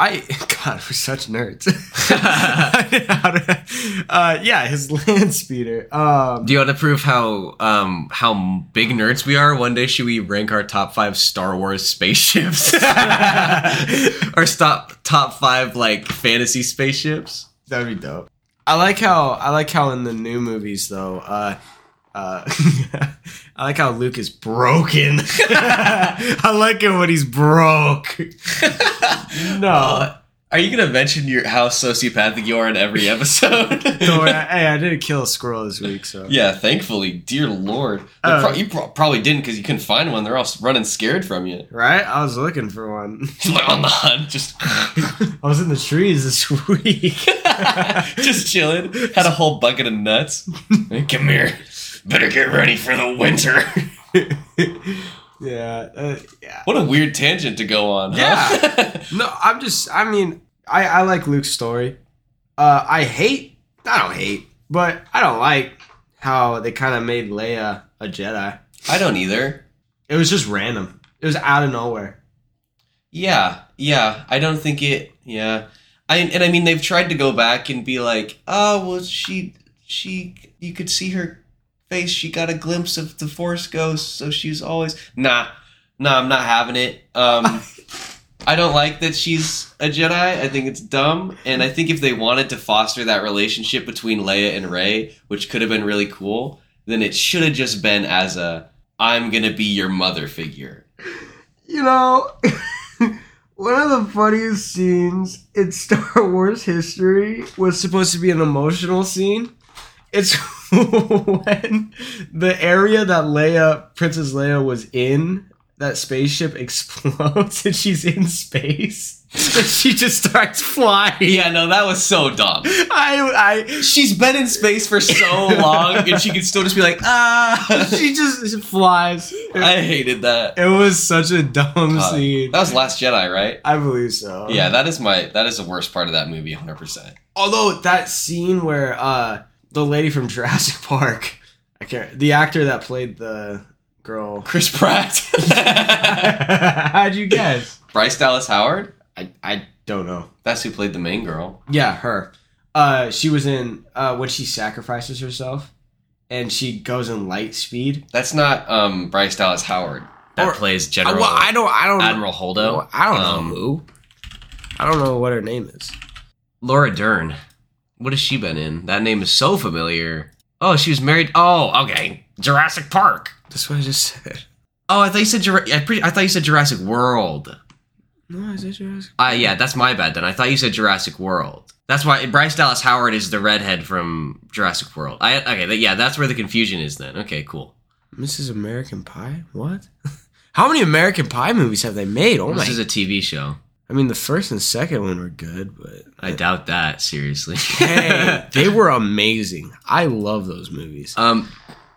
I God, we're such nerds. How to- uh, yeah, his land speeder. Um,
Do you want to prove how um how big nerds we are? One day, should we rank our top five Star Wars spaceships, or stop top five like fantasy spaceships?
That'd be dope. I like how I like how in the new movies though. Uh, uh, I like how Luke is broken. I like it when he's broke. no,
Uh, are you gonna mention your how sociopathic you are in every episode?
don't worry. Hey, I didn't kill a squirrel this week, so
yeah, thankfully, dear lord,
Uh,
Pro- you pro- probably didn't because you couldn't find one. They're all s- running scared from you.
Right? I was looking for one.
He's like on the hunt, just
I was in the trees this week.
just chilling. Had a whole bucket of nuts. Hey, Come here. Better get ready for the winter.
yeah, uh, yeah.
what a weird tangent to go on. Huh?
No, I'm just. I mean, I I like Luke's story. Uh, I hate. I don't hate, but I don't like how they kind of made Leia a Jedi.
I don't either.
It was just random. It was out of nowhere.
Yeah, yeah. I don't think it. Yeah, I and I mean they've tried to go back and be like, oh, well, she, she, you could see her face. She got a glimpse of the Force ghost, so she's always nah, nah. I'm not having it. Um, I don't like that she's a Jedi. I think it's dumb, and I think if they wanted to foster that relationship between Leia and Rey, which could have been really cool, then it should have just been as a I'm gonna be your mother figure.
You know, one of the funniest scenes in Star Wars history was supposed to be an emotional scene. It's when the area that Leia, Princess Leia, was in, that spaceship explodes and she's in space. And she just starts flying.
Yeah, no, that was so dumb.
I, I,
She's been in space for so long, and she can still just be like, ah.
she just flies. It,
I hated that.
was such a dumb
Uh,
scene.
That was Last Jedi, right?
I believe so.
Yeah, that is my that is the worst part of that movie, hundred percent.
Although that scene where uh the lady from Jurassic Park, I can't the actor that played the girl.
Chris Pratt,
How'd you guess?
Bryce Dallas Howard.
I I don't know.
That's who played the main girl.
Yeah, her. Uh, she was in uh when she sacrifices herself, and she goes in light speed.
That's not um Bryce Dallas Howard. That
Or-
plays General
don't. I don't.
Admiral Holdo.
I
Um,
who. I don't know what her name is.
Laura Dern. What has she been in? That name is so familiar. Oh, she was married. Oh, okay. Jurassic Park.
That's what I just said.
Oh, I thought you said Jura- I, pre- I thought you said Jurassic World.
No, is that Jurassic?
Uh, yeah, that's my bad then. I thought you said Jurassic World. That's why Bryce Dallas Howard is the redhead from Jurassic World. I okay, th- yeah, that's where the confusion is then. Okay, cool.
Mrs. American Pie? What? How many American Pie movies have they made? Oh my
this is a TV show.
I mean, the first and second one were good, but
I doubt that seriously.
hey, they were amazing. I love those movies.
um,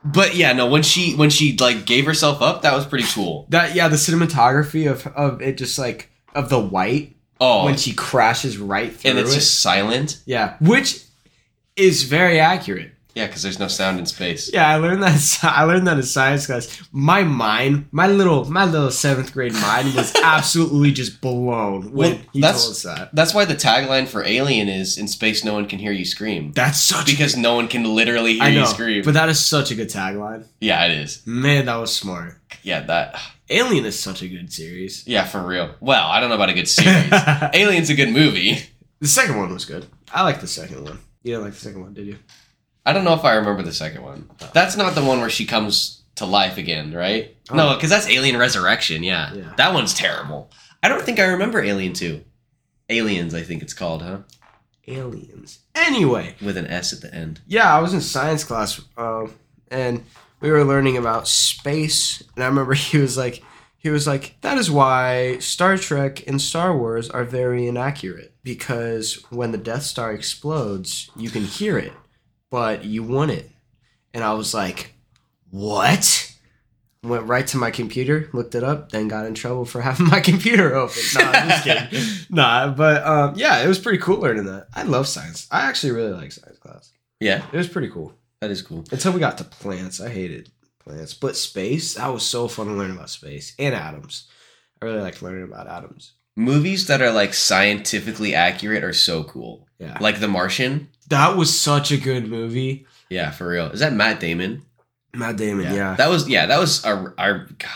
but yeah, no. When she when she like gave herself up, that was pretty cool.
That yeah, the cinematography of of it just like of the white
Oh,
when she crashes right through
and it's
it.
just silent.
yeah, which is very accurate.
Yeah, because there's no sound in space.
Yeah, I learned that. in sci- I learned that in science class. My mind, my little, my little seventh grade mind was absolutely just blown when
Well,
he told
that's-
us that.
That's why the tagline for Alien is "In space, no one can hear you scream,"
That's such
because no one can literally hear
I know,
you scream.
but that is such a good tagline.
yeah, it is.
Man, that was smart.
Yeah, that.
Alien is such a good series.
Yeah, for real. Well, I don't know about a good series. Alien's a good movie.
The second one was good. I like the second one. You didn't like the second one, did you?
I don't know if I remember the second one. That's not the one where she comes to life again, right?
Oh.
No, because that's Alien Resurrection. Yeah.
Yeah.
that one's terrible. I don't think I remember Alien Two. Aliens, I think it's called, huh?
Aliens. Anyway,
With an S at the end.
yeah, I was in science class, uh, and we were learning about space. And I remember he was like, he was like, that is why Star Trek and Star Wars are very inaccurate because when the Death Star explodes, you can hear it, but you want it. And I was like, what? Went right to my computer, looked it up, then got in trouble for having my computer open. No, I'm just kidding. Nah, but um, yeah, it was pretty cool learning that. I love science. I actually really like science class.
yeah,
It was pretty cool
that is cool.
until we got to plants. I hated plants. But space, that was so fun to learn about space and atoms. I really like learning about atoms.
Movies that are like scientifically accurate are so cool.
Yeah.
Like The Martian.
That was such a good movie.
Yeah, for real. Is that Matt Damon?
Matt Damon, yeah.
That was yeah, that was our our god.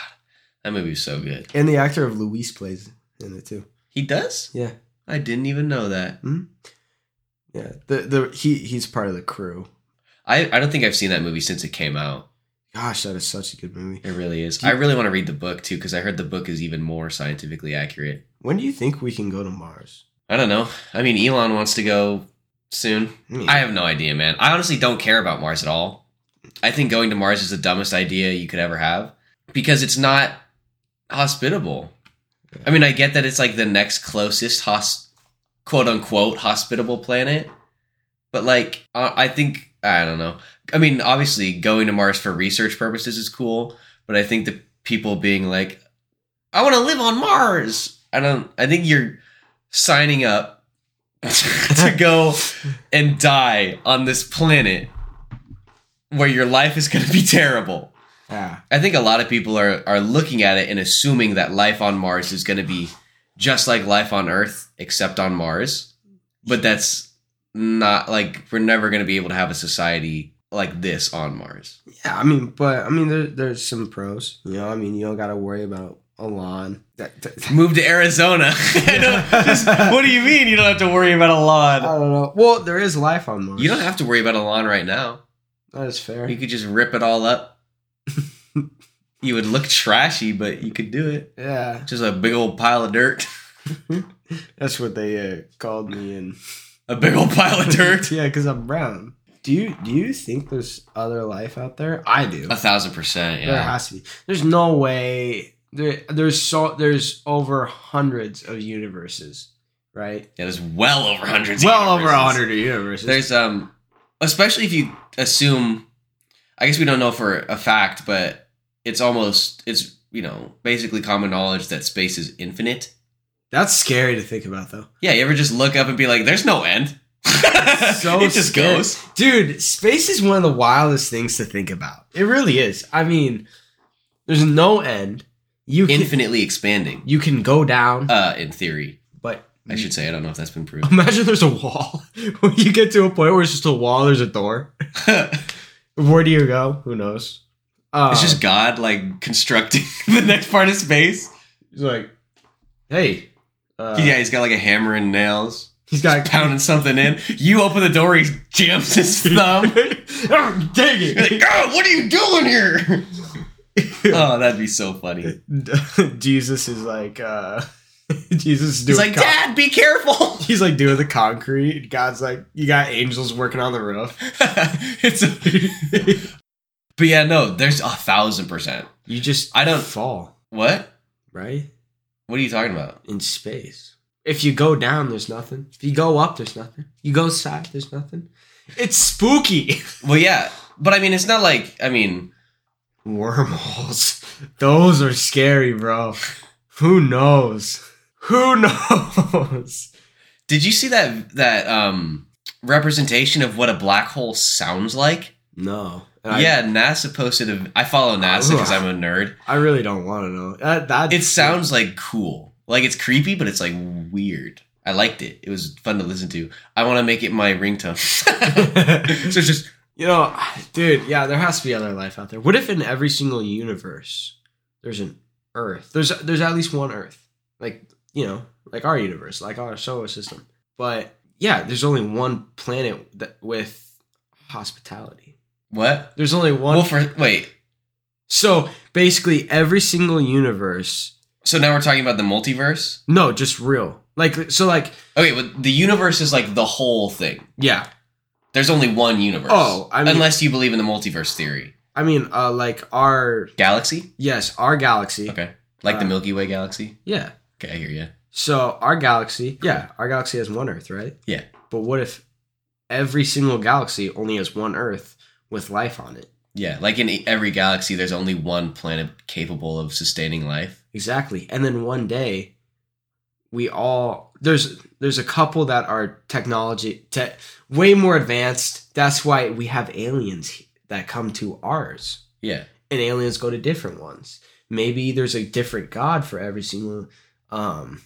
That movie was so good.
And the actor of Luis plays in it too.
He does?
Yeah.
I didn't even know that.
Yeah. The the he he's part of the crew.
I, I don't think I've seen that movie since it came out.
Gosh, that is such a good movie.
It really is.
Do you-
I really want to read the book too because I heard the book is even more scientifically accurate.
When do you think we can go to Mars?
I don't know. I mean, Elon wants to go soon.
mean,
I have no idea, man. I honestly don't care about Mars at all. I think going to Mars is the dumbest idea you could ever have because it's not hospitable. I mean, I get that it's like the next closest hos- quote unquote hospitable planet, but like uh, I think I don't know. I mean, obviously going to Mars for research purposes is cool, but I think the people being like I want to live on Mars. I don't I think you're signing up to go and die on this planet where your life is going to be terrible.
yeah.
I think a lot of people are are looking at it and assuming that life on Mars is going to be just like life on Earth except on Mars. But that's not like we're never going to be able to have a society like this on Mars.
Yeah, I mean, but I mean, there, there's some pros. You know, I mean, you don't got to worry about a lawn. That, that-
Move to Arizona. I know, just- what do you mean you don't have to worry about a
I
lawn?
don't know. Well, there is life on Mars.
You don't have to worry about a lawn right now.
That is fair.
You could just rip it all up. you would look trashy, but you could do it.
Yeah,
Just a big old pile of dirt.
that's what they uh, called me in.
A big old pile of dirt.
yeah, because I'm brown. Do you do you think there's other life out there? I do.
A thousand percent,
There
yeah.
has to be. There's no way. There, there's so there's over hundreds of universes, right?
It is well over hundreds. of
Well over a
universes.
hundred universes.
There's um, especially if you assume, I guess we don't know for a fact, but it's almost it's you know basically common knowledge that space is infinite.
That's scary to think about, though.
Yeah, you ever just look up and be like, "There's no end."
So
it just
scary.
goes.
Dude, space is one of the wildest things to think about. It really is. I mean, there's no end. You can
Infinitely expanding.
you can go down,
Uh, in theory,
but
I should say I don't know if that's been proven.
imagine there's a wall. when you get to a point where it's just a wall, there's a door.
it's
Where do you go? Who knows? Uh,
just God like constructing the next part of space.
he's like, hey, uh,
yeah, he's got like a hammer and nails.
he's got
pounding something in. You open the door, he jams his thumb.
oh, dang
You're
it!
like, oh, what are you doing here? oh, that'd be so funny.
Jesus is like, uh, Jesus is
He's
doing.
like,
co-
Dad, be careful.
He's like doing the concrete. God's like, you got angels working on the roof.
it's but yeah, no, there's a thousand percent.
You just
I don't-
fall
What?
right
What are you talking about?
in space. If you go down, there's nothing. If you go up, there's nothing. You go side, there's nothing. It's spooky.
Well, yeah, but I mean, it's not like I mean,
Wormholes, those are scary, bro. Who knows? Who knows?
did you see that that um representation of what a black hole sounds like?
No.
yeah, NASA posted a. I follow NASA because I'm a nerd.
I really don't want to know. That that
It sounds like cool. Like it's creepy, but it's like weird. I liked it. It was fun to listen to. I want to make it my ringtone. so it's just
you know, dude. Yeah, there has to be other life out there. What if in every single universe there's an Earth? There's there's at least one Earth, like you know, like our universe, like our solar system. But yeah, there's only one planet that with hospitality.
what?
There's only one.
Well, for wait.
so basically, every single universe.
So now we're talking about the multiverse.
No, just real. Like so, like
Okay, but the universe is like the whole thing.
yeah.
There's only one universe.
Oh, I mean-
unless you believe in the multiverse theory.
I mean, uh, like our
Galaxy.
yes, our galaxy.
Okay, like the
Uh,
Milky Way galaxy.
Yeah.
Okay, I hear you.
So our galaxy, yeah, our galaxy has one Earth, right?
Yeah.
But what if every single galaxy only has one Earth with life on it?
Yeah, like in every galaxy, there's only one planet capable of sustaining life.
Exactly. And then one day, we all there's there's a couple that are technology te- way more advanced. That's why we have aliens that come to ours
Yeah,
and aliens go to different ones. Maybe there's a different god for every single um,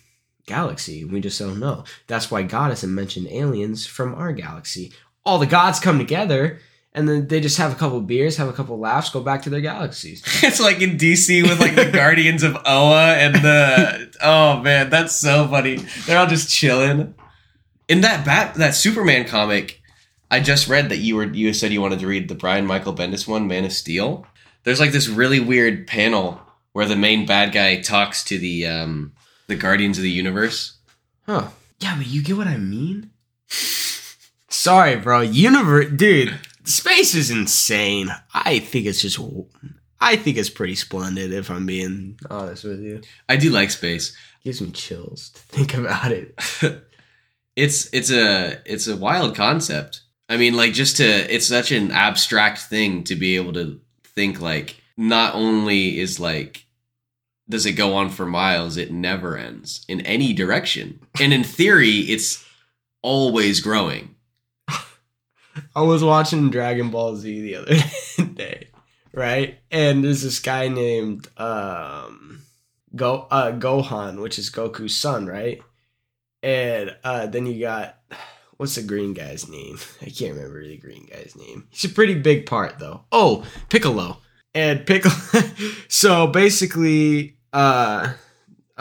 galaxy. We just don't know. That's why God hasn't mentioned aliens from our galaxy. All the gods come together and then they just have a couple beers, have a couple laughs, go back to their galaxies.
it's like in DC with like the Guardians of Oa and the oh man, that's so funny. They're all just chilling. In that bat that Superman comic, I just read that you were you said you wanted to read the Brian Michael Bendis one, Man of Steel. There's like this really weird panel where the main bad guy talks to the um the Guardians of the Universe.
Huh. Yeah, but you get what I mean? Sorry, bro. Universe, dude. Space is insane. I think it's just, I think it's pretty splendid. If I'm being honest with you,
I do like space.
gives me chills to think about it.
it's it's a it's a wild concept. I mean, like just to it's such an abstract thing to be able to think like not only is like does it go on for miles, it never ends in any direction. And in theory, it's always growing.
I was watching Dragon Ball Z the other day, right? And there's this guy named um Go uh Gohan, which is Goku's son, right? And uh then you got what's the green guy's name? I can't remember the green guy's name. He's a pretty big part though. Oh, Piccolo. And Piccolo So basically uh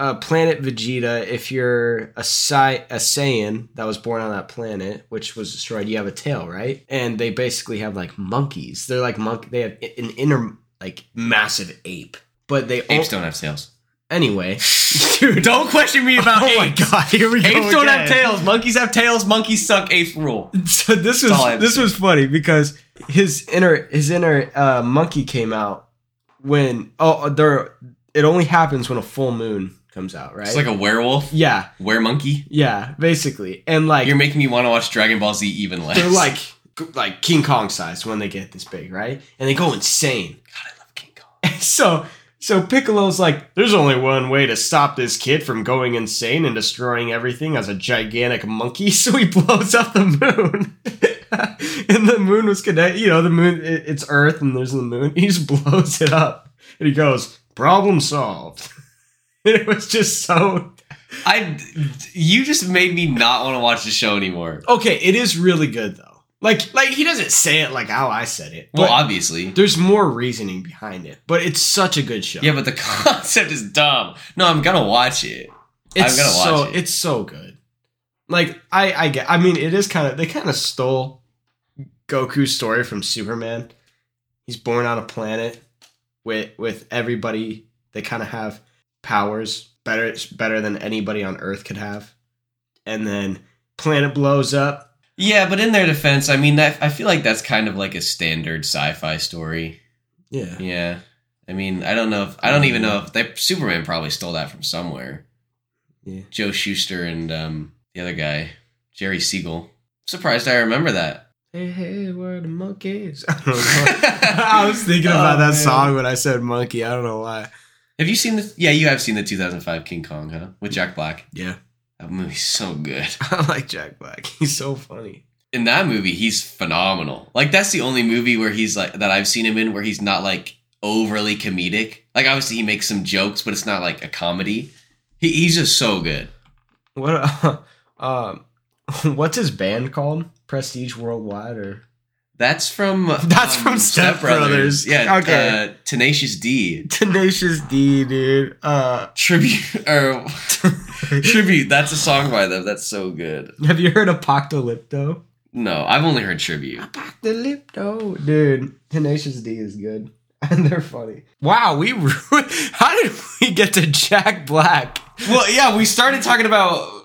uh, planet Vegeta, if you're a, Sai- a Saiyan that was born on that planet, which was destroyed, you have a tail, right? And they basically have like monkeys. They're like monk. They have i- an inner like massive ape, but they
Apes
al-
don't have tails.
anyway. Dude,
Oh. Don't question me about
oh my god, here we go.
Apes don't have
again.
tails. Monkeys have tails. Monkeys suck. Ape rule.
so this
all I
was
have
this
to
was funny because his inner his inner uh, monkey came out when oh there it only happens when a full moon comes out right
It's like a werewolf.
yeah
Were monkey.
yeah basically and like
You're making me want to watch Dragon Ball Z even less.
they're like like King Kong sized when they get this big right and they go insane
God, I love King Kong.
so so Piccolo's like there's only one way to stop this kid from going insane and destroying everything as a gigantic monkey so he blows up the moon and the moon was connected you know the moon it, it's earth and there's the moon he just blows it up and he goes problem solved it was just so
I, you just made me not want to watch the show anymore.
okay it is really good though like like he doesn't say it like how I said it
Well,
but-
obviously.
There's more reasoning behind it, but it's such a good show.
Yeah, but the concept is dumb. No, I'm gonna watch it.
it's
I'm gonna watch
so
it.
it's so good. Like I, I get. I mean, it is kind of they kind of stole Goku's story from Superman. He's born on a planet with with everybody. They kind of have powers better better than anybody on Earth could have, and then planet blows up.
Yeah, but in their defense, I mean, that I feel like that's kind of like a standard sci-fi story.
Yeah,
Yeah, I mean, I don't know if I don't even know if they, Superman probably stole that from somewhere.
Yeah.
Joe Schuster and um, the other guy, Jerry Siegel. Surprised I remember that.
Hey, hey, we're the monkeys. I, don't know. I was thinking about
Oh,
that
man.
song when I said monkey. I don't know why.
Have you seen the? Yeah, you have seen the 2005 King Kong, huh? With Jack Black.
Yeah.
That movie's so good.
I like Jack Black. He's so funny.
in that movie he's phenomenal like that's the only movie where he's like that i've seen him in where he's not like overly comedic like obviously he makes some jokes but it's not like a comedy he, he's just so good
What uh, um what's his band called? Prestige Worldwide or
that's from um,
That's from Step Brothers.
yeah
Okay.
uh, tenacious d
Tenacious D, dude. Uh
tribute or tribute that's a song by them that's so good
have you heard Apocalypto?
no i've only heard tribute
Apocalypto. Dude, Tenacious D is good. And they're funny. Wow, we ru- how did we get to Jack Black?
well yeah we started talking about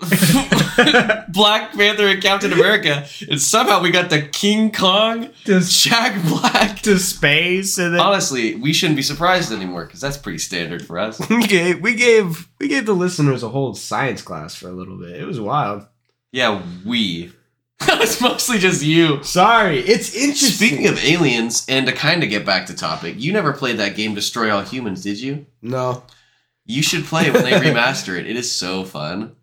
black panther and captain america and somehow we got the king kong
Just
jack black
to space and then
Honestly, we shouldn't be surprised anymore because that's pretty standard for us.
we gave, we gave we gave the listeners a whole science class for a little bit. It was wild.
Yeah, we. it's mostly just you.
Sorry, it's interesting.
Speaking of aliens, and to kind of get back to topic, you never played that game Destroy All Humans, did you?
no,
You should play it when they remaster it. It is so fun.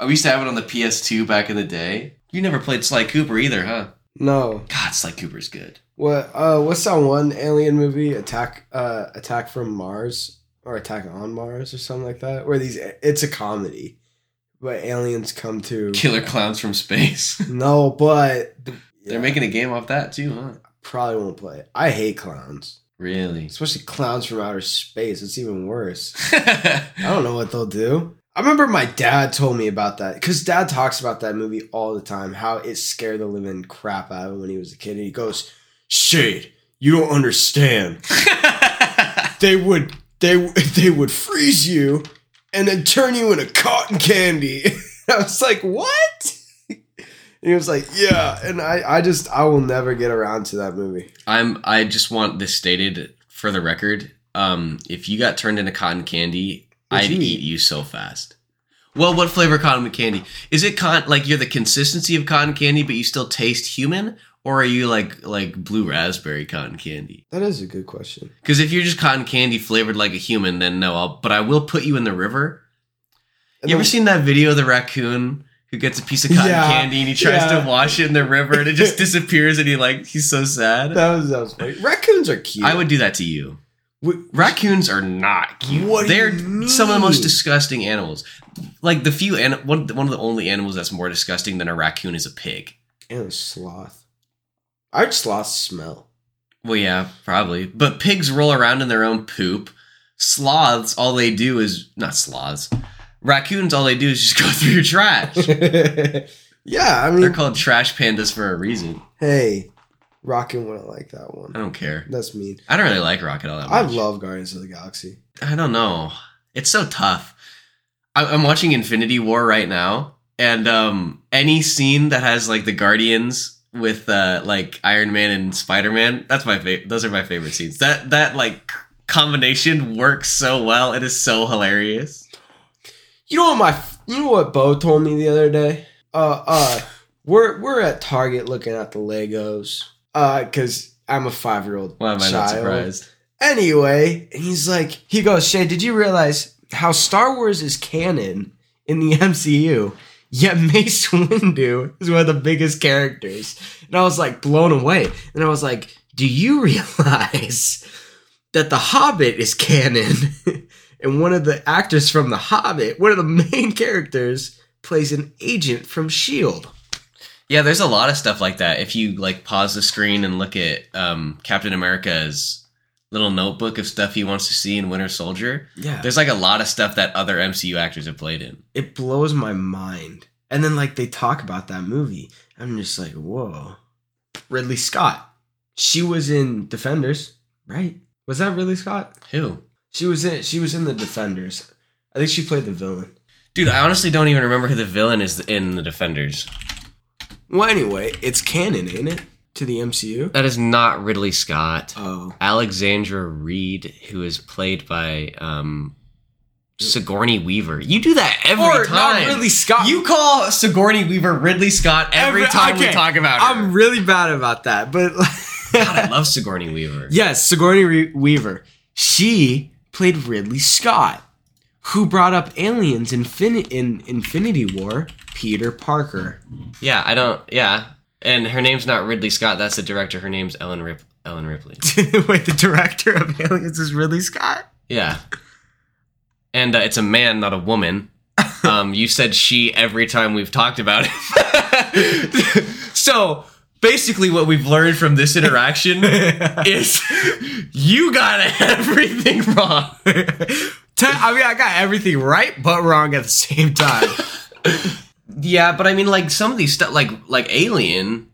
I used to have it on the PS2 back in the day. You never played Sly Cooper either, huh?
No.
God, Sly Cooper's good.
What? Uh, what's that one alien movie? Attack. Uh, Attack from Mars or Attack on Mars or something like that. Where these, it's a comedy, but aliens come to.
Killer Clowns from Space.
No, but yeah,
They're making a game off that too, huh?
Probably won't play it. I hate clowns,
Really?
especially clowns from outer space. It's even worse. I don't know what they'll do. I remember my dad told me about that because dad talks about that movie all the time. How it scared the living crap out of him when he was a kid. And he goes, "Shade, you don't understand. They would, they, w- they would freeze you and then turn you into cotton candy." I was like, "What?" And he was like, "Yeah." And I, I just, I will never get around to that movie.
I'm I just want this stated for the record. Um if you got turned into cotton candy,
What'd
I'd
you
eat you so fast. Well, what flavor cotton candy? Is it con like you're the consistency of cotton candy but you still taste human or are you like like blue raspberry cotton candy?
That is a good question.
Cuz if you're just cotton candy flavored like a human then no, I'll but I will put you in the river.
And
you
then-
ever seen that video of the raccoon who gets a piece of cotton
Yeah,
candy and he tries
yeah.
to wash it in the river and it just disappears and he like he's so sad?
that was, that was funny. Raccoons are cute.
I would do that to you.
Wh-
Raccoons are not cute.
What do
They're
you
some of the most
mean?
disgusting animals. Like the few and one one of the only animals that's more disgusting than a raccoon is a pig.
And a sloth. I heard sloths smell.
Well, yeah, probably. But pigs roll around in their own poop. Sloths, all they do is not sloths. Raccoons, all they do is just go through your trash.
yeah, I
They're
mean,
called trash pandas for a reason.
hey, Rockin wouldn't like that
I
one.
don't care.
That's mean.
I don't really like Rocket all that much.
I love Guardians of the Galaxy.
I don't know. It's so tough. I- I'm watching Infinity War right now, and um, any scene that has like the Guardians with uh, like Iron Man and Spider Man, that's my favorite. Those are my favorite scenes. That that like combination works so well. It is so hilarious.
You know what my, you know what Bo told me the other day. Uh, uh, we're we're at Target looking at the Legos. Uh, cause I'm a five year old.
Why am I not surprised?
Anyway, and he's like, he goes, Shay, did you realize how Star Wars is canon in the MCU? Yet Mace Windu is one of the biggest characters. And I was like, blown away. And I was like, do you realize that The Hobbit is canon? and one of the actors from The Hobbit, one of the main characters, plays an agent from S.H.I.E.L.D.
Yeah, there's a lot of stuff like that. If you like pause the screen and look at um, Captain America's little notebook of stuff he wants to see in Winter Soldier,
Yeah.
there's like a lot of stuff that other MCU actors have played in.
it blows my mind. And then like they talk about that movie. I'm just like, whoa. Ridley Scott. She was in Defenders, right? Was that Ridley Scott?
Who?
She was in she was in the Defenders. I think she played the villain.
Dude, I honestly don't even remember who the villain is in the Defenders.
Well anyway, it's canon, ain't it? To the MCU.
That is not Ridley Scott.
Oh.
Alexandra Reed, who is played by um, Sigourney Weaver. You do that every
Or
time.
not Ridley Scott.
You call Sigourney Weaver Ridley Scott every,
Every-
time we
okay,
talk about her.
I'm really bad about that, but
God, I love Sigourney Weaver.
Yes, Sigourney Re- Weaver. She played Ridley Scott, who brought up aliens in, fin- in Infinity War. Peter Parker.
Yeah, I don't. Yeah, and her name's not Ridley Scott. That's the director. Her name's Ellen Rip- Ellen Ripley.
Wait, the director of Aliens is Ridley Scott?
Yeah. And uh, it's a man, not a woman. Um, you said she every time we've talked about it. so basically, what we've learned from this interaction is you got everything wrong.
Te- I mean, I got everything right but wrong at the same time.
yeah, but I mean, like some of these stuff, like like Alien.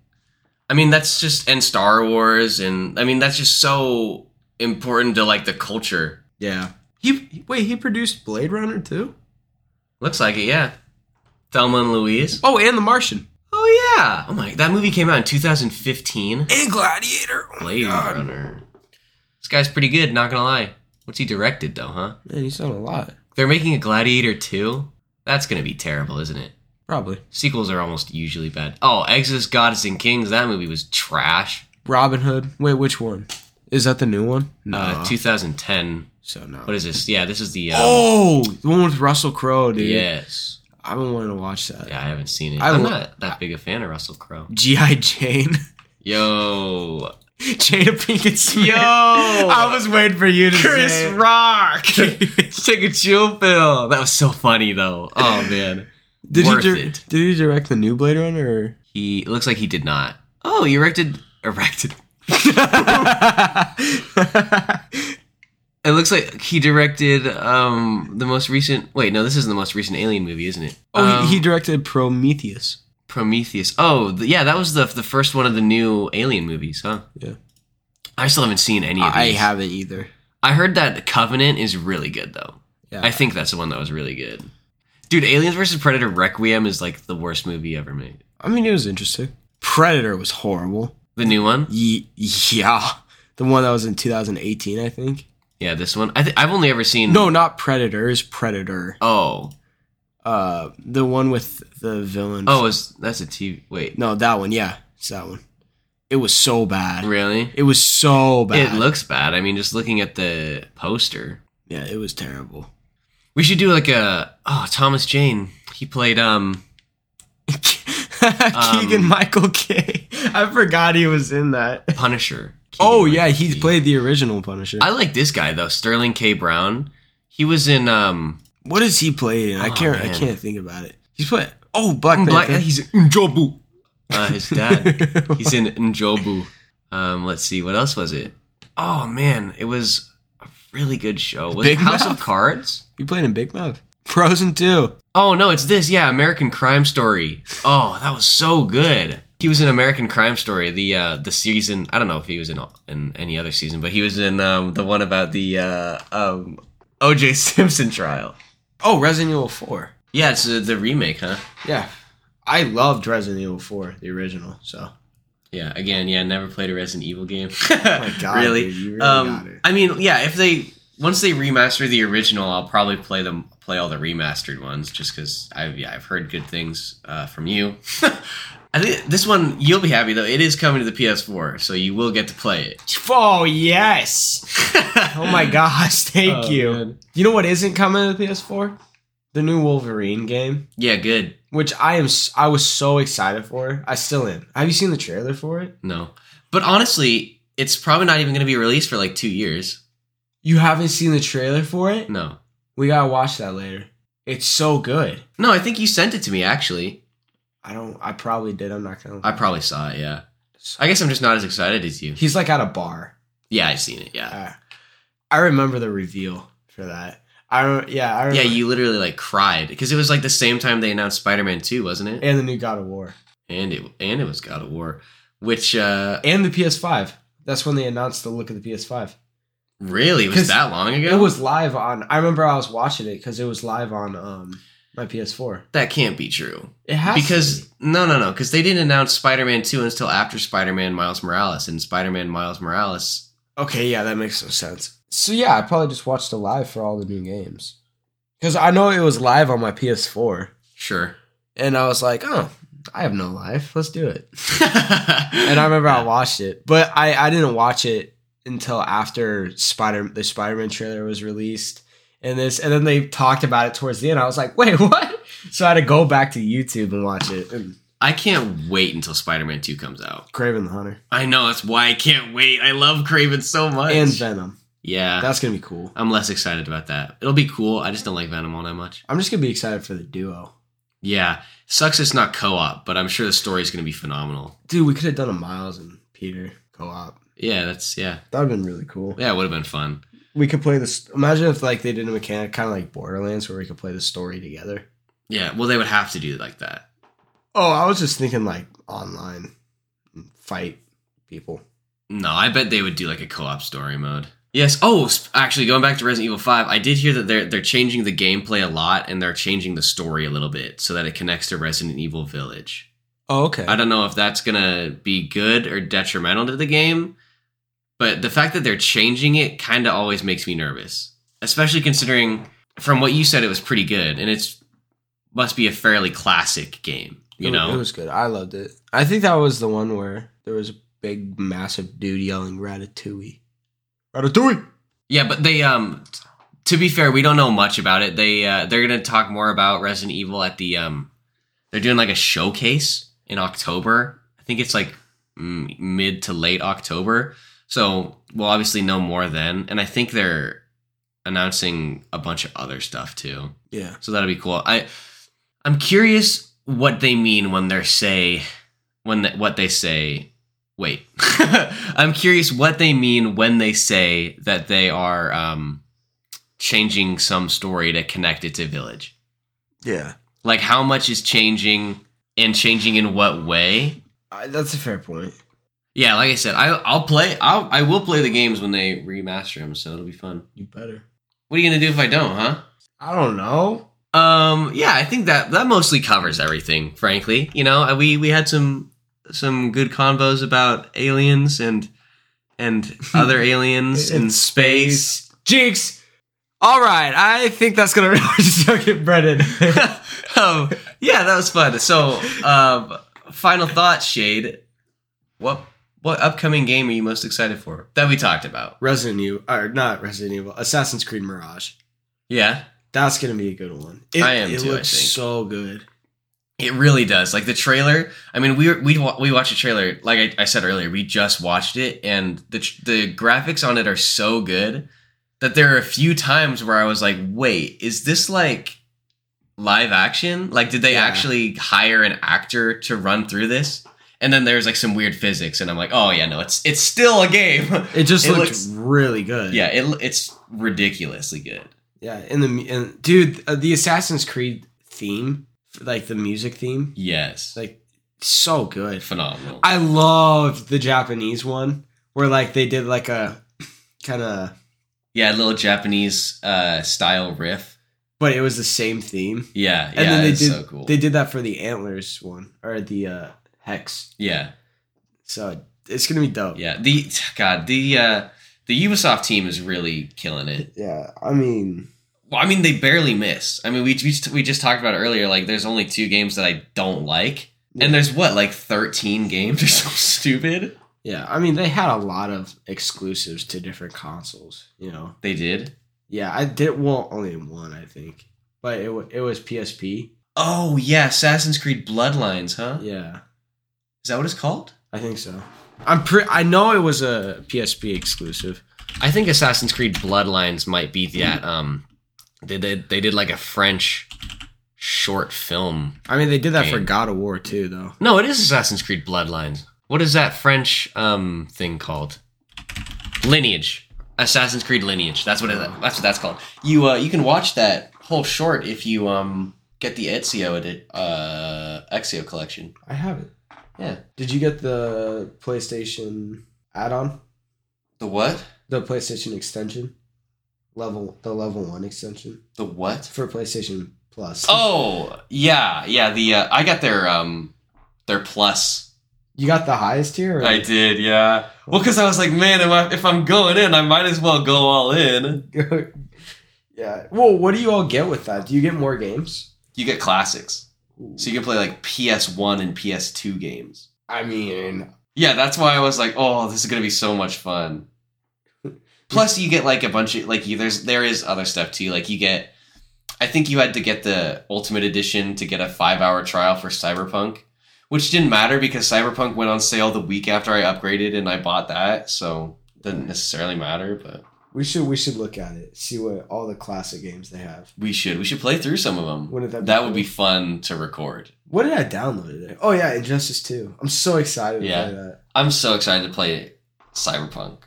I mean, that's just and Star Wars, and I mean, that's just so important to like the culture.
yeah. He wait, he produced Blade Runner too?
Looks like it, yeah. Thelma and Louise.
Oh, and The Martian.
Oh yeah. Oh my that movie came out in 2015.
And Gladiator. Oh my
Blade
God.
Runner. This guy's pretty good, not gonna lie. What's he directed though, huh?
Man, he's done a lot.
They're making a Gladiator 2? That's gonna be terrible, isn't it?
Probably. Probably.
Sequels are almost usually bad. Oh, Exodus Goddess and Kings, that movie was trash.
Robin Hood. Wait, which one? Is that the new one?
Uh, 2010.
so no.
What is this? Yeah, this is the um,
Oh, the one with Russell Crowe, dude.
Yes.
I've been wanting to watch that.
Yeah, I haven't seen it.
I
I am
lo-
not that big a fan of Russell Crowe.
G.I. Jane.
Yo,
Jada Pinkett Smith.
yo,
I was waiting for you to
Chris
say. it.
Rock. Take a chill pill. That was so funny though. Oh man,
Did
worth
he dir-
it.
did he direct the new Blade Runner? Or?
He it looks like he did not. Oh, he erected, erected. It looks like he directed um the most recent. Wait, no, this isn't the most recent Alien movie, isn't it?
oh,
Um,
he, he directed Prometheus.
Prometheus. Oh, th- yeah, that was the the first one of the new Alien movies, huh?
Yeah.
I still haven't seen any of these.
I haven't either.
I heard that Covenant is really good though.
Yeah,
I think that's the one that was really good. Dude, Aliens vs Predator Requiem is like the worst movie ever made.
I mean it was interesting.
Predator was horrible.
The new one?
Ye- yeah, the one that was in 2018, I think.
Yeah, this one. I th- I've only ever seen
No, not Predator. It's Predator.
Oh.
Uh, the one with the villain.
Oh, is that's a TV. Wait.
no, that one. Yeah, it's that one. It was so bad.
Really?
It was so bad.
It looks bad. I mean, just looking at the poster.
yeah, it was terrible.
We should do like a Oh, Thomas Jane. He played um
Keegan Michael K. I forgot he was in that.
Punisher.
Oh
Keegan-Michael
yeah, he
Key.
played the original Punisher.
I like this guy though, Sterling K. Brown. He was in um
what does he play in? I
Oh,
can't. I
man.
can't think about it. He's playing. Oh, Black Panther.
Black. He's in Njobu. Uh, his dad. He's in Njobu. Um, let's see what else was it. Oh man, it was a really good show. Was
Big
it House
Mouth?
of Cards?
you played in Big Mouth. Frozen too.
Oh no, it's this. Yeah, American Crime Story. Oh, that was so good. He was in American Crime Story, the uh, the season. I don't know if he was in in any other season, but he was in um, the one about the uh, um, O.J. Simpson trial.
Oh, Resident Evil Four.
Yeah, it's uh, the remake, huh?
Yeah, I loved Resident Evil Four, the original. So
Yeah, again, yeah, never played a Resident Evil game.
Oh my God,
really?
dude, you really got
um,
it.
I mean, yeah, if they once they remaster the original, I'll probably play them play all the remastered ones just because I've yeah, I've heard good things uh, from you. I think this one you'll be happy though. It is coming to the PS4, so you will get to play it.
Oh yes.
Oh my gosh, thank
Oh,
you.
man.
You know what isn't coming to the PS4? The new Wolverine game,
Yeah, good.
which I am s- I was so excited for. I still am. Have you seen the trailer for it?
No, but honestly, it's probably not even going to be released for like two years.
You haven't seen the trailer for it?
No,
We gotta watch that later. It's so good.
no, I think you sent it to me actually.
I don't. I probably did. I'm not gonna.
I probably saw it. Yeah, I guess I'm just not as excited as you.
He's like at a bar.
Yeah, I've seen it. Yeah.
Uh, I remember the reveal for that. I re- yeah. I
Yeah,
remember.
you literally like cried because it was like the same time they announced Spider-Man 2, wasn't it?
and the new God of War
And it and it was God of War, which uh
and the PS5. That's when they announced the look of the PS5.
really
'Cause
was that long ago.
It was live on. I remember I was watching it because it was live on um my PS4.
that can't be true
It has to
because
be.
no, no, no, because they didn't announce Spider-Man 2 until after Spider-Man Miles Morales and Spider-Man Miles Morales.
okay, yeah, that makes no sense. So yeah, I probably just watched it live for all the new games because I know it was live on my PS4,
Sure.
and I was like, oh, I have no life. Let's do it.
and
And I remember I watched it, but I I didn't watch it until after Spider the Spider Man trailer was released. And this, and then they talked about it towards the end. I was like, "Wait, what?" So I had to go back to YouTube and watch it. And
I can't wait until Spider-Man 2 comes out.
Craven the Hunter
I know that's why I can't wait. I love Craven so much.
and Venom.
yeah.
That's gonna be cool.
I'm less excited about that. It'll be cool. I just don't like Venom all that much.
I'm just gonna be excited for the duo.
Yeah. Sucks it's not co op, but I'm sure the story's going to be phenomenal.
Dude, we could have done a Miles and Peter co-op.
Yeah, that's, yeah.
That would have been really cool.
Yeah, it would have been fun.
We could play this. Imagine if like they did a mechanic kind of like Borderlands where we could play the story together.
Yeah, well, they would have to do it like that.
Oh, I was just thinking like online fight people.
No, I bet they would do like a co op story mode. Yes. Oh, sp- actually, going back to Resident Evil Five, I did hear that they're they're changing the gameplay a lot and they're changing the story a little bit so that it connects to Resident Evil Village.
Oh, okay.
I don't know if that's gonna be good or detrimental to the game, but the fact that they're changing it kind of always makes me nervous, especially considering from what you said it was pretty good and it's must be a fairly classic game, you
It wa-
know?
it was good. I loved it. I think that was the one where there was a big, massive dude yelling "Ratatouille." Ratatouille.
yeah, but they um to be fair, we don't know much about it. They uh, they're gonna talk more about Resident Evil at the um, they're doing like a showcase in October. I think it's like mm, mid to late October. So we'll obviously know more then. And I think they're announcing a bunch of other stuff too.
Yeah.
So that'll be cool. I I'm curious what they mean when they say when the, what they say. Wait, I'm curious what they mean when they say that they are um, changing some story to connect it to Village.
Yeah.
Like how much is changing and changing in what way?
Uh, that's a fair point.
Yeah, like I said, I I'll play I'll, I will play the games when they remaster them, so it'll be fun.
You better.
What are you gonna do if I don't, huh?
I don't know.
Um, yeah, I think that that mostly covers everything. Frankly, you know, we we had some some good convos about aliens and and other aliens in
And
space.
Jinx. All right, I think that's gonna just don't get breaded.
um, yeah, that was fun. So, um, final thought, Shade. What what upcoming game are you most excited for that we talked about?
Resident Evil, or not Resident Evil, Assassin's Creed Mirage.
Yeah,
That's gonna be a good one. It,
I am
It
too, I
looks
think.
so good.
It really does. Like the trailer. I mean, we we wa- we watched a trailer. Like I, I said earlier, we just watched it, and the tr- the graphics on it are so good that there are a few times where I was like, "Wait, is this like live action? Like, did they
Yeah.
actually hire an actor to run through this?" And then there's like some weird physics, and I'm like, "Oh yeah, no, it's it's still a game."
It just
It
looked
looks-
really good.
yeah, it it's ridiculously good.
yeah. And the and dude, uh, the Assassin's Creed theme, like the music theme,
Yes,
like so good.
phenomenal.
I loved the Japanese one where like they did like a kind of,
yeah, a little Japanese uh, style riff.
but it was the same theme.
Yeah, yeah,
And then they
it's
did
so cool.
they did that for the antlers one or the uh, hex.
Yeah,
So it's gonna be dope.
yeah. The God, the uh, the Ubisoft team is really killing it.
Yeah, I mean,
Well, I mean, they barely miss. I mean, we we just, we just talked about it earlier. Like, there's only two games that I don't like,
Yeah.
and there's what like 13 games or so stupid.
yeah, I mean, they had a lot of exclusives to different consoles. You know,
They did.
yeah, I did well only one, I think, but it wa it was PSP.
Oh yeah, Assassin's Creed Bloodlines, huh?
Yeah,
Is that what it's called?
I think so. I'm pre- I know it was a PSP exclusive.
I think Assassin's Creed Bloodlines might be that. Um, they did they did like a French short film
I mean, they did that for
Game.
God of War too, though.
No, it is Assassin's Creed Bloodlines. What is that French um thing called? Lineage. Assassin's Creed Lineage. That's what it, that's what that's called. You uh you can watch that whole short if you um get the Ezio edi- uh Ezio collection.
I have it.
Yeah.
Did you get the PlayStation add-on?
The what?
The PlayStation extension? Level the level 1 extension
The what?
for PlayStation Plus.
Oh, yeah. Yeah, the uh, I got their um their plus.
You got the highest tier? or-
I did, yeah. Well, cuz I was like, man, if, I, if I'm going in, I might as well go all in.
yeah. Well, what do you all get with that? Do you get more games?
You get classics. So you can play like PS1 and PS2 games.
I mean,
Yeah, that's why I was like, oh, this is gonna be so much fun. Plus, you get like a bunch of like you, there's there is other stuff too. Like you get, I think you had to get the Ultimate Edition to get a five hour trial for Cyberpunk, which didn't matter because Cyberpunk went on sale the week after I upgraded and I bought that, so it doesn't necessarily matter. But
we should we should look at it. See what all the classic games they have.
we should we should play through some of them.
Wouldn't that be
that would be
cool?
fun to record.
What did I download today? Oh yeah, Injustice 2. I'm so excited
Yeah.
to play that.
I'm so excited to play Cyberpunk.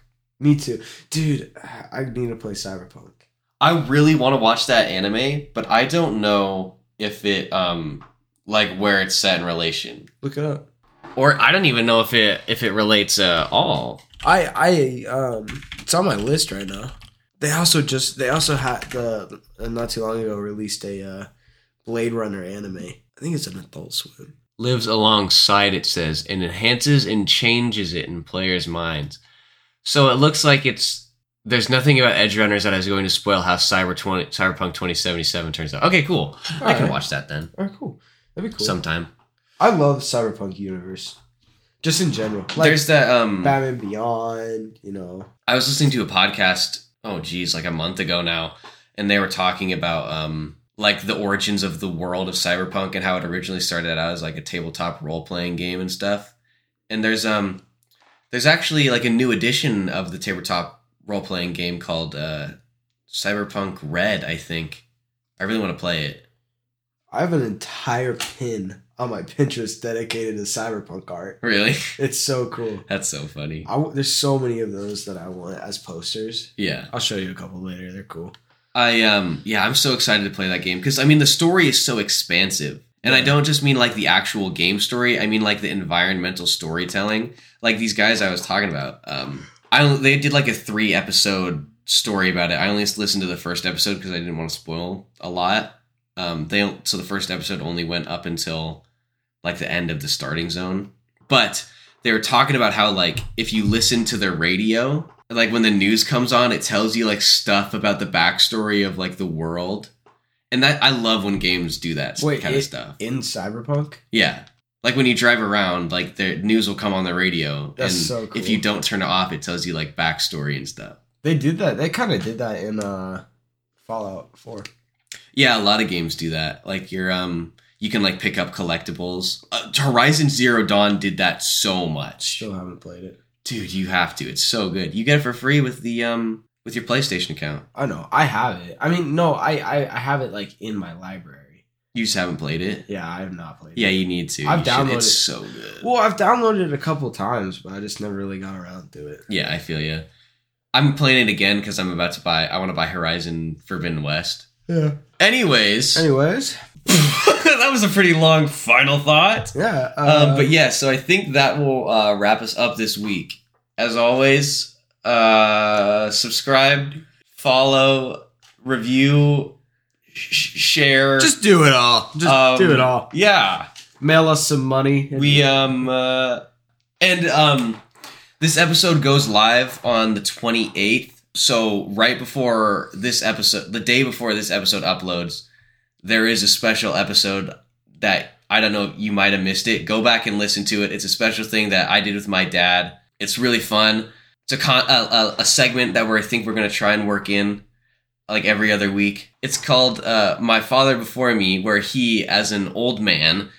Me too. Dude, I need to play Cyberpunk.
I really want to watch that anime, but I don't know if it um like where it's set in relation.
Look it up.
Or I don't even know if it if it relates at all.
I I um it's on my list right now. They also just they also had the uh, not too long ago released a uh, Blade Runner anime. I think it's an Adult Swim.
Lives alongside it says and enhances and changes it in players' minds. So it looks like it's there's nothing about edge runners that is going to spoil how Cyber 20, Cyberpunk 2077 turns out. Okay, cool. I can
Alright.
watch that then
Oh, cool. That'd be cool.
sometime.
I love Cyberpunk universe, just in general. Like
there's that um
Batman Beyond, you know.
I was listening to a podcast, oh geez, like a month ago now, and they were talking about um like the origins of the world of cyberpunk and how it originally started out as like a tabletop role playing game and stuff. And there's um there's actually like a new edition of the tabletop role playing game called uh Cyberpunk Red, I think. I really want to play it.
I have an entire pin on my Pinterest dedicated to cyberpunk art.
Really?
It's so cool.
That's so funny.
I w- there's so many of those that I want as posters.
Yeah.
I'll show you a couple later. They're cool.
I um yeah, I'm so excited to play that game because I mean the story is so expansive. And I don't just mean like the actual game story, I mean like the environmental storytelling. Like these guys I was talking about. Um I only- they did like a 3 episode story about it. I only listened to the first episode because I didn't want to spoil a lot. Um they so the first episode only went up until like the end of the starting zone. But they were talking about how like if you listen to their radio like when the news comes on it tells you like stuff about the backstory of like the world and that i love when games do that
Wait,
kind of
it-
stuff
In cyberpunk?
yeah like when you drive around like the news will come on the radio
That's
and
so cool.
if you don't turn it off it tells you like backstory and stuff
They did that. They kind of did that in uh Fallout 4.
yeah a lot of games do that like you're um you can like pick up collectibles uh, horizon zero dawn did that so much
Still haven't played it.
dude you have to it's so good you get it for free with the um with your playstation account
I know. I have it. I mean, no, I I, I have it like in my library.
you just haven't played it
Yeah, I have not played
Yeah,
it.
you need to.
I've
You should. It's
downloaded-
so good.
Well, I've downloaded it a couple times, but I just never really got around to it.
yeah, I feel you. I'm playing it again because I'm about to buy. I want to buy Horizon Forbidden West.
Yeah.
Anyways,
Anyways,
that was a pretty long final thought.
yeah. uh,
um, but yeah, so I think that will uh, wrap us up this week. As always, uh, subscribe, follow, review, sh- share.
Just do it all. Just
um,
do it all.
Yeah.
Mail us some money. if
we
you-
um uh, and um this episode goes live on the 28th so right before this episode the day before this episode uploads there is a special episode that i don't know you might have missed it go back and listen to it it's a special thing that i did with my dad it's really fun it's a con- a, a, a segment that we're, i think we're going to try and work in like every other week it's called uh, my father before me where he as an old man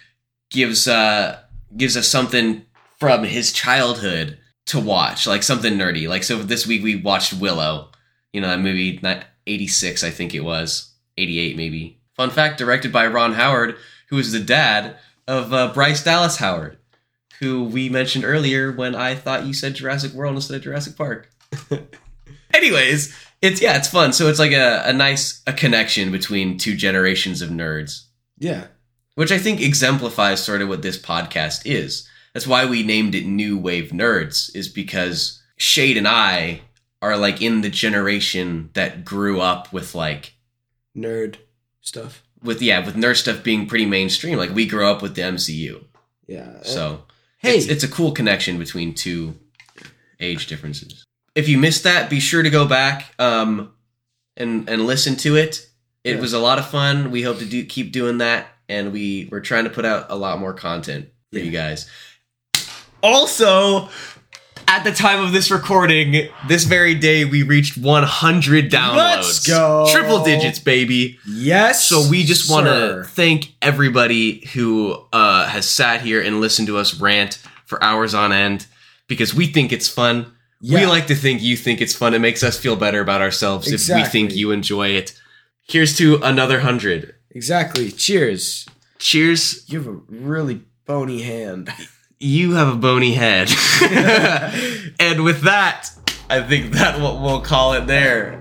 gives uh gives us something from his childhood to watch, like something nerdy. Like so this week we watched Willow, you know that movie ni- 86 I think it was, 88 maybe. Fun fact directed by Ron Howard, who is the dad of uh, Bryce Dallas Howard, who we mentioned earlier when I thought you said Jurassic World instead of Jurassic Park. Anyways, it's yeah, it's fun. So it's like a, a nice a connection between two generations of nerds
yeah.
which I think exemplifies sort of what this podcast is. That's why we named it New Wave Nerds, is because Shade and I are like in the generation that grew up with like
Nerd stuff.
with yeah with nerd stuff being pretty mainstream. Like we grew up with the MCU,
Yeah.
so
hey,
it's, it's a cool connection between two age differences. If you missed that, be sure to go back um, and and listen to it. It
Yeah.
was a lot of fun. We hope to do keep doing that, and we we're trying to put out a lot more content for you guys. Also, at the time of this recording, this very day, we reached 100 downloads.
Let's go.
triple digits, baby.
yes.
So we just want to
sir.
thank everybody who uh, has sat here and listened to us rant for hours on end because we think it's fun. We
Yeah.
like to think you think it's fun. It makes us feel better about ourselves if we think
Exactly.
you enjoy it. Here's to another hundred.
exactly. Cheers.
Cheers.
You have a really bony hand.
You have a bony head. and with that, I think that what we'll call it there.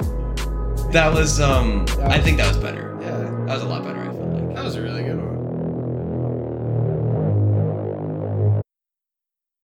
That was um I think that was better.
Yeah.
That was a lot better actually.